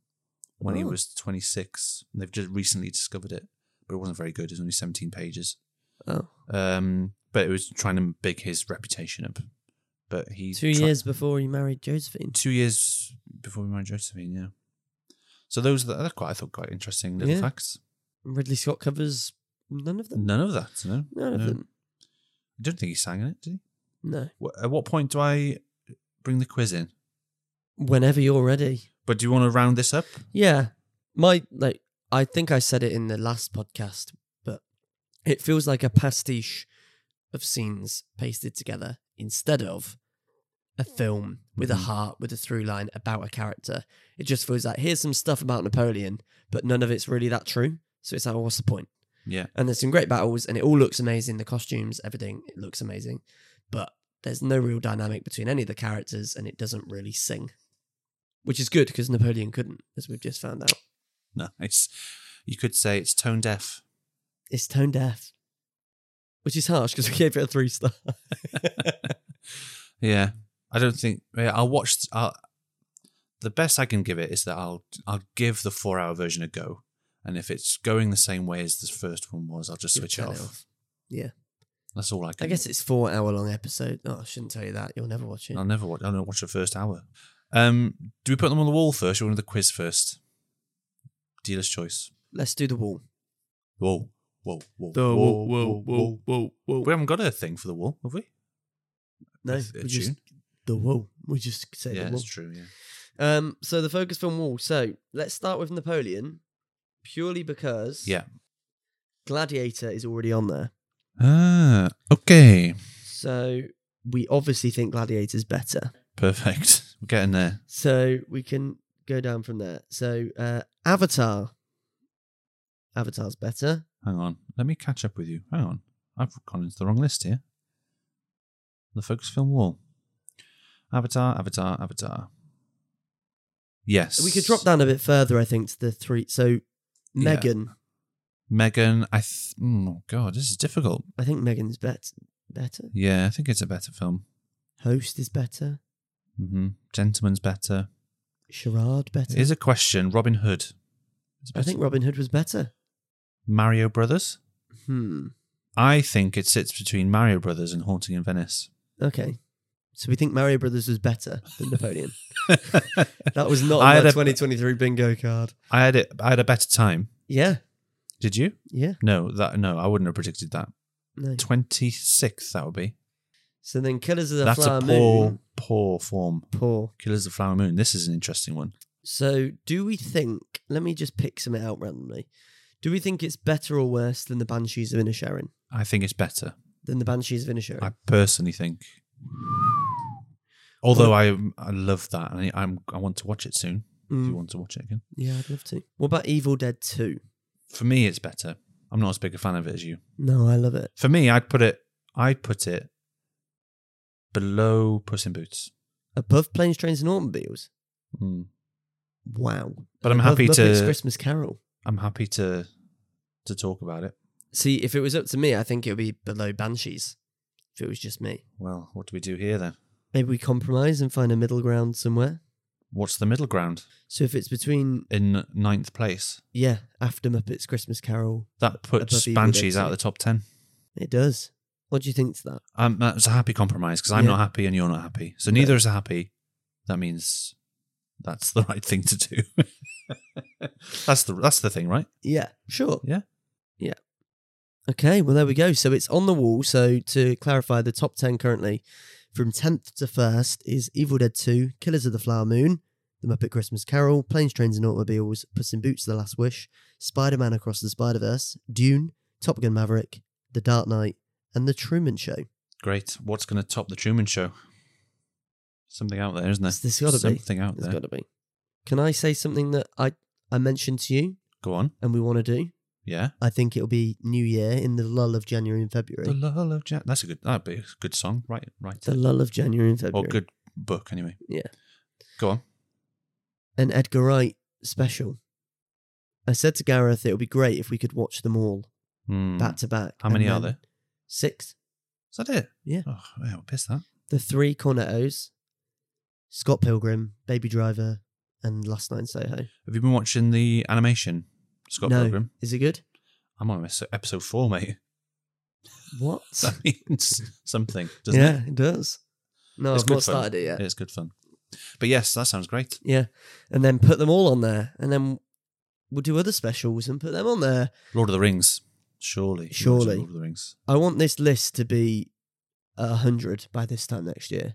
Speaker 2: when he
Speaker 1: Oh.
Speaker 2: was 26. And they've just recently discovered it, but it wasn't very good. It was only 17 pages.
Speaker 1: Oh.
Speaker 2: Um, but it was trying to big his reputation up. But he
Speaker 1: Two
Speaker 2: tri-
Speaker 1: years before he married Josephine.
Speaker 2: two years before we married Josephine. Yeah. So those are that's quite I thought quite interesting little
Speaker 1: Yeah.
Speaker 2: facts.
Speaker 1: Ridley Scott covers none of them.
Speaker 2: None of that. No,
Speaker 1: None of
Speaker 2: No.
Speaker 1: them.
Speaker 2: I don't think he sang in it. Did he?
Speaker 1: No.
Speaker 2: Wh- At what point do I bring the quiz in?
Speaker 1: Whenever you're ready.
Speaker 2: But do you want to round this up?
Speaker 1: Yeah. My like I think I said it in the last podcast, but it feels like a pastiche of scenes pasted together instead of a film with
Speaker 2: Mhm.
Speaker 1: a heart, with a through line about a character. It just feels like here's some stuff about Napoleon, but none of it's really that true. So it's like, well, what's the point?
Speaker 2: Yeah.
Speaker 1: And there's some great battles and it all looks amazing. The costumes, everything, it looks amazing. But there's no real dynamic between any of the characters and it doesn't really sing. Which is good because Napoleon couldn't, as we've just found out.
Speaker 2: Nice. You could say it's tone deaf.
Speaker 1: It's tone deaf. which is harsh because we gave it a three star.
Speaker 2: Yeah, I don't think yeah, I'll watch. I'll, the best I can give it is that I'll I'll give the four hour version a go, and if it's going the same way as the first one was, I'll just
Speaker 1: Yeah,
Speaker 2: switch it
Speaker 1: turn
Speaker 2: off.
Speaker 1: it off. Yeah.
Speaker 2: that's all I can.
Speaker 1: I guess it's four hour long episode. Oh, I shouldn't tell you that. You'll never watch it.
Speaker 2: I'll never watch. I'll never watch the first hour. Um, do we put them on the wall first, or do the quiz first? Dealer's choice.
Speaker 1: Let's do the wall.
Speaker 2: Whoa, whoa, whoa,
Speaker 1: The wall, wall,
Speaker 2: whoa, whoa. We haven't got a thing for the wall, have we?
Speaker 1: No,
Speaker 2: A-
Speaker 1: we
Speaker 2: a
Speaker 1: just
Speaker 2: tune?
Speaker 1: the wall. We just say
Speaker 2: yeah,
Speaker 1: the wall.
Speaker 2: that's true. Yeah.
Speaker 1: Um, so the focus film wall. So let's start with Napoleon, purely because
Speaker 2: Yeah.
Speaker 1: Gladiator is already on there.
Speaker 2: Ah, okay,
Speaker 1: So we obviously think Gladiator's better.
Speaker 2: perfect. We're getting there.
Speaker 1: So we can go down from there. So uh, Avatar. Avatar's better.
Speaker 2: Hang on. Let me catch up with you. Hang on. I've gone into the wrong list here. The focus film wall. Avatar, Avatar, Avatar. Yes.
Speaker 1: We could drop down a bit further, I think, to the three. So Megan,
Speaker 2: Megan, I. Th- oh, God, this is difficult.
Speaker 1: I think Megan's bet- better.
Speaker 2: Yeah, I think it's a better film.
Speaker 1: Host is better.
Speaker 2: hmm Gentleman's better.
Speaker 1: Sherrard better.
Speaker 2: Here's a question Robin Hood. It's
Speaker 1: I
Speaker 2: better.
Speaker 1: think Robin Hood was better.
Speaker 2: Mario Brothers.
Speaker 1: Hmm.
Speaker 2: I think it sits between Mario Brothers and Haunting in Venice.
Speaker 1: Okay. So we think Mario Brothers was better than Napoleon. That was not
Speaker 2: I
Speaker 1: on
Speaker 2: had
Speaker 1: my
Speaker 2: a-
Speaker 1: 2023 bingo card.
Speaker 2: I had it. I had a better time.
Speaker 1: Yeah.
Speaker 2: Did you?
Speaker 1: Yeah.
Speaker 2: No, that no, I wouldn't have predicted that.
Speaker 1: No.
Speaker 2: Twenty sixth, that would be.
Speaker 1: So then Killers of the
Speaker 2: That's
Speaker 1: Flower
Speaker 2: a poor,
Speaker 1: Moon.
Speaker 2: poor form.
Speaker 1: Poor.
Speaker 2: Killers of the Flower Moon. This is an interesting one.
Speaker 1: So do we think, let me just pick some out randomly. Do we think it's better or worse than the Banshees of Inisherin?
Speaker 2: I think it's better.
Speaker 1: Than the Banshees of Inisherin?
Speaker 2: I personally think. Although I I love that, and I, I'm I want to watch it soon. If you
Speaker 1: Mm,
Speaker 2: want to watch it again,
Speaker 1: yeah, I'd love to. What about Evil Dead 2?
Speaker 2: for me it's better. I'm not as big a fan of it as you.
Speaker 1: No, I love it.
Speaker 2: For me, I'd put it. I'd put it below Puss in Boots.
Speaker 1: Above Planes, Trains, and Automobiles?
Speaker 2: Mm.
Speaker 1: Wow.
Speaker 2: But I'm
Speaker 1: Above
Speaker 2: happy
Speaker 1: Muppets
Speaker 2: to.
Speaker 1: Christmas Carol.
Speaker 2: I'm happy to to talk about it.
Speaker 1: See, if it was up to me, I think it would be below Banshees. If it was just me,
Speaker 2: Well, what do we do here then?
Speaker 1: maybe we compromise and find a middle ground somewhere.
Speaker 2: What's the middle ground
Speaker 1: So if it's between,
Speaker 2: in ninth place?
Speaker 1: yeah, after Muppets Christmas Carol,
Speaker 2: That puts
Speaker 1: Above Evil
Speaker 2: Banshees
Speaker 1: Dead,
Speaker 2: out of the top ten.
Speaker 1: it does. What do you think to that?
Speaker 2: Um, that's a happy compromise because I'm
Speaker 1: Yeah.
Speaker 2: not happy and you're not happy. So neither is happy. That means that's the right thing to do. that's the that's the thing, right?
Speaker 1: Yeah, sure.
Speaker 2: Yeah.
Speaker 1: yeah. Okay, well there we go. So it's on the wall. So to clarify, the top ten currently, from tenth to first, is Evil Dead Two, Killers of the Flower Moon, The Muppet Christmas Carol, Planes, Trains, and Automobiles, Puss in Boots: The Last Wish, Spider Man Across the Spider Verse, Dune, Top Gun: Maverick, The Dark Knight, and The Truman Show.
Speaker 2: Great. What's going to top the Truman Show? Something out there, isn't there?
Speaker 1: There's gotta be.
Speaker 2: something out
Speaker 1: There's
Speaker 2: there.
Speaker 1: got to be. Can I say something that I I mentioned to you
Speaker 2: Go on.
Speaker 1: and we want to do?
Speaker 2: Yeah.
Speaker 1: I think it'll be New Year in the lull of January and February.
Speaker 2: The Lull of Jack. That's a good. That'd be a good song. Right. Right.
Speaker 1: The lull of January and
Speaker 2: Or
Speaker 1: February.
Speaker 2: Oh, good book anyway.
Speaker 1: Yeah.
Speaker 2: Go on.
Speaker 1: An Edgar Wright special. I said to Gareth, it would be great if we could watch them all
Speaker 2: Hmm.
Speaker 1: back to back.
Speaker 2: How
Speaker 1: and
Speaker 2: many are
Speaker 1: then
Speaker 2: there?
Speaker 1: Six.
Speaker 2: Is that it?
Speaker 1: Yeah.
Speaker 2: Oh, yeah, I'll piss that.
Speaker 1: The three Cornettos, Scott Pilgrim, Baby Driver, and Last Night in Soho.
Speaker 2: Have you been watching the animation, Scott
Speaker 1: no.
Speaker 2: Pilgrim?
Speaker 1: Is it good?
Speaker 2: I'm on episode- episode four, mate.
Speaker 1: What?
Speaker 2: That means something, doesn't
Speaker 1: yeah,
Speaker 2: it?
Speaker 1: it? does. No,
Speaker 2: It's
Speaker 1: I've
Speaker 2: good
Speaker 1: not
Speaker 2: fun.
Speaker 1: started it yet.
Speaker 2: It's good fun. But yes, that sounds great.
Speaker 1: Yeah. And then put them all on there. And then we'll do other specials and put them on there.
Speaker 2: Lord of the Rings, surely. You
Speaker 1: Surely.
Speaker 2: mentioned Lord of the Rings.
Speaker 1: I want this list to be a 100 by this time next year.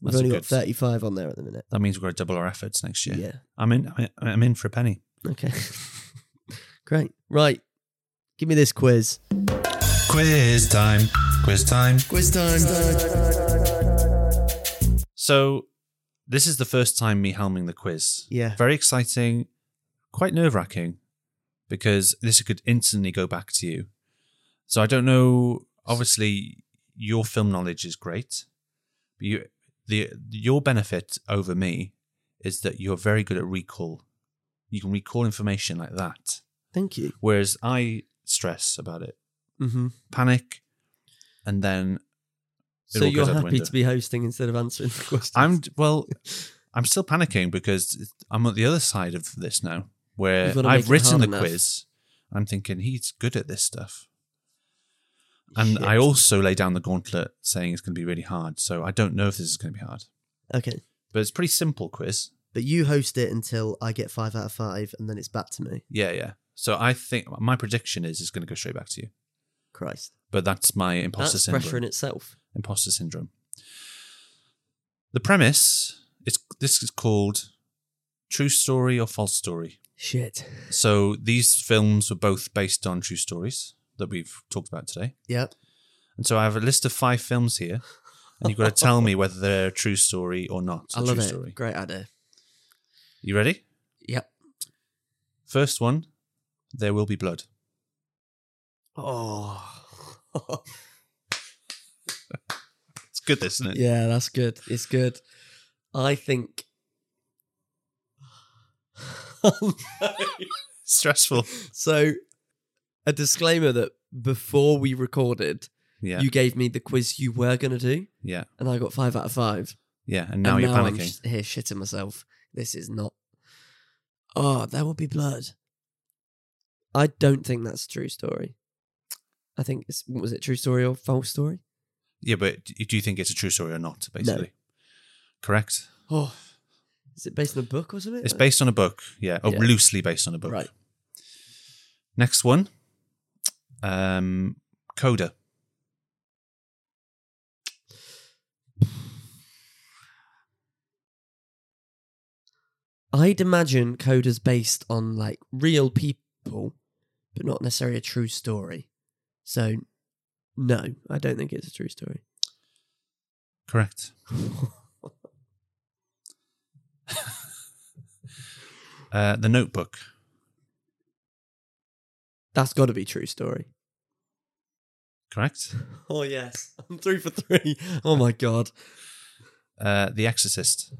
Speaker 1: We've
Speaker 2: That's a
Speaker 1: only got
Speaker 2: good-
Speaker 1: 35 on there at the minute.
Speaker 2: That means we're going to double our efforts next year.
Speaker 1: Yeah.
Speaker 2: I'm in. I'm in- I'm in for a penny.
Speaker 1: Okay. Great. Right. Give me this quiz.
Speaker 2: Quiz time. Quiz time.
Speaker 1: Quiz time.
Speaker 2: So, this is the first time me helming the quiz.
Speaker 1: Yeah.
Speaker 2: Very exciting, quite nerve wracking, because this could instantly go back to you. So I don't know. Obviously, your film knowledge is great, but you, the your benefit over me is that you're very good at recall. You can recall information like that,
Speaker 1: Thank you.
Speaker 2: whereas I stress about it,
Speaker 1: Mm-hmm.
Speaker 2: panic, and then It
Speaker 1: so
Speaker 2: all goes
Speaker 1: you're
Speaker 2: out the
Speaker 1: happy
Speaker 2: window.
Speaker 1: to be hosting instead of answering the questions.
Speaker 2: I'm well, I'm still panicking because I'm on the other side of this now, where
Speaker 1: You've gotta make
Speaker 2: I've
Speaker 1: it
Speaker 2: written
Speaker 1: hard
Speaker 2: the
Speaker 1: enough.
Speaker 2: quiz. I'm thinking he's good at this stuff, and I
Speaker 1: Shit.
Speaker 2: also lay down the gauntlet saying it's going to be really hard. So I don't know if this is going to be hard,
Speaker 1: okay,
Speaker 2: but it's a pretty simple quiz.
Speaker 1: but you host it until I get five out of five, and then it's back to me.
Speaker 2: Yeah, yeah. So I think my prediction is it's going to go straight back to you,
Speaker 1: Christ,
Speaker 2: but that's my imposter
Speaker 1: that's
Speaker 2: syndrome.
Speaker 1: pressure in itself.
Speaker 2: imposter syndrome. The premise is this is called true story or false story.
Speaker 1: Shit.
Speaker 2: So these films were both based on true stories that we've talked about today.
Speaker 1: Yep.
Speaker 2: And so I have a list of five films here, and you've got to tell me whether they're a true story or not. a
Speaker 1: I love
Speaker 2: true
Speaker 1: it.
Speaker 2: Story.
Speaker 1: Great idea.
Speaker 2: You ready?
Speaker 1: Yep.
Speaker 2: First one, There Will Be Blood.
Speaker 1: Oh.
Speaker 2: It's good, this, isn't it?
Speaker 1: yeah, that's good. It's good. I think.
Speaker 2: Stressful.
Speaker 1: so, a disclaimer that before we recorded,
Speaker 2: Yeah.
Speaker 1: you gave me the quiz you were going to do,
Speaker 2: yeah.
Speaker 1: and I got five out of five.
Speaker 2: Yeah. And now
Speaker 1: And
Speaker 2: you're
Speaker 1: I'm
Speaker 2: panicking.
Speaker 1: sh- here shitting myself. This is not. Oh, there will be blood. I don't think that's a true story. I think it's was it true story or false story?
Speaker 2: Yeah, but do do you think it's a true story or not, basically? Correct.
Speaker 1: Oh, is it based on a book or something?
Speaker 2: It's based on a book. Yeah. Or
Speaker 1: Uh, Yeah.
Speaker 2: loosely based on a book.
Speaker 1: right.
Speaker 2: Next one, um, Coda.
Speaker 1: I'd imagine Coda's based on like real people, but not necessarily a true story. So, no, I don't think it's a true story.
Speaker 2: Correct. Uh, the Notebook.
Speaker 1: that's got to be true story.
Speaker 2: Correct.
Speaker 1: Oh yes, I'm three for three. Oh my god.
Speaker 2: Uh, the Exorcist.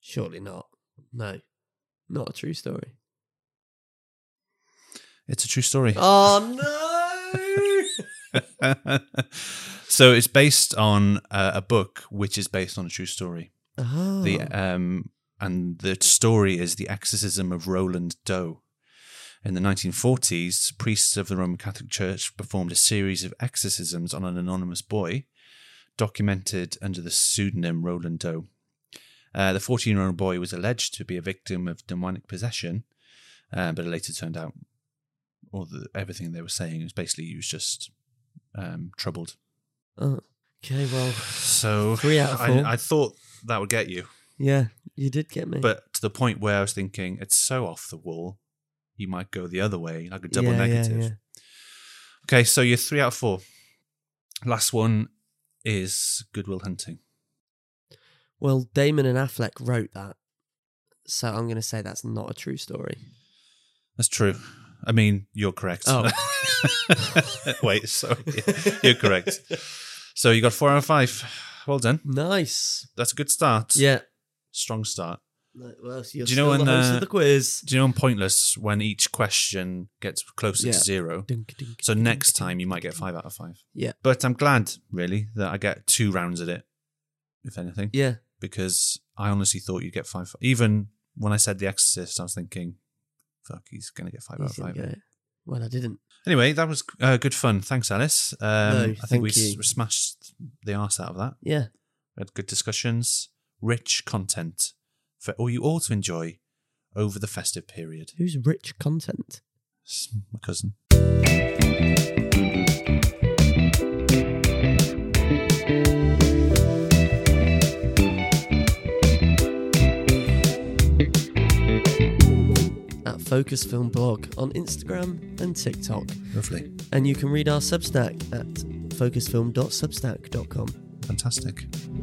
Speaker 1: Surely not. No, not a true story.
Speaker 2: It's a true story.
Speaker 1: Oh
Speaker 2: so it's based on uh, a book which is based on a true story.
Speaker 1: no! oh.
Speaker 2: The um, and the story is the exorcism of Roland Doe. In the 1940s, priests of the Roman Catholic Church performed a series of exorcisms on an anonymous boy, documented under the pseudonym Roland Doe. Uh, the 14 year old boy was alleged to be a victim of demonic possession, uh, but it later turned out all the, everything they were saying was basically he was just um, troubled.
Speaker 1: okay, well,
Speaker 2: So
Speaker 1: Three out of four.
Speaker 2: I, I thought that would get you.
Speaker 1: yeah, you did get me.
Speaker 2: but to the point where I was thinking it's so off the wall, you might go the other way, like a double
Speaker 1: Yeah, yeah,
Speaker 2: negative.
Speaker 1: yeah.
Speaker 2: Okay, so you're three out of four. Last one is Goodwill Hunting.
Speaker 1: Well, Damon and Affleck wrote that, so I'm going to say that's not a true story.
Speaker 2: That's true. I mean, you're correct.
Speaker 1: Oh.
Speaker 2: Wait, sorry. You're correct. So you got four out of five. Well done.
Speaker 1: Nice.
Speaker 2: That's a good start.
Speaker 1: Yeah.
Speaker 2: Strong start.
Speaker 1: Well, so you're
Speaker 2: Do you
Speaker 1: still
Speaker 2: know when,
Speaker 1: the host
Speaker 2: uh,
Speaker 1: of the quiz?
Speaker 2: Do you know on Pointless when each question gets closer
Speaker 1: Yeah.
Speaker 2: to zero?
Speaker 1: Dunk, dunk,
Speaker 2: So
Speaker 1: dunk,
Speaker 2: next
Speaker 1: dunk.
Speaker 2: time you might get five out of five.
Speaker 1: Mm. Yeah.
Speaker 2: But I'm glad, really, that I get two rounds at it, if anything,
Speaker 1: Yeah.
Speaker 2: because I honestly thought you'd get five. Even when I said The Exorcist, I was thinking, fuck, he's going to get five
Speaker 1: you
Speaker 2: out of
Speaker 1: didn't
Speaker 2: five.
Speaker 1: get it. Well, I didn't.
Speaker 2: Anyway, that was uh, good fun. Thanks, Alice. Um, I think
Speaker 1: thank
Speaker 2: we s-
Speaker 1: you.
Speaker 2: smashed the arse out of that.
Speaker 1: Yeah.
Speaker 2: We had good discussions, rich content for all you all to enjoy over the festive period.
Speaker 1: Who's rich content?
Speaker 2: S- My cousin.
Speaker 1: At Focus Film Blog on Instagram and TikTok.
Speaker 2: Lovely.
Speaker 1: And you can read our Substack at focusfilm.substack.com.
Speaker 2: Fantastic.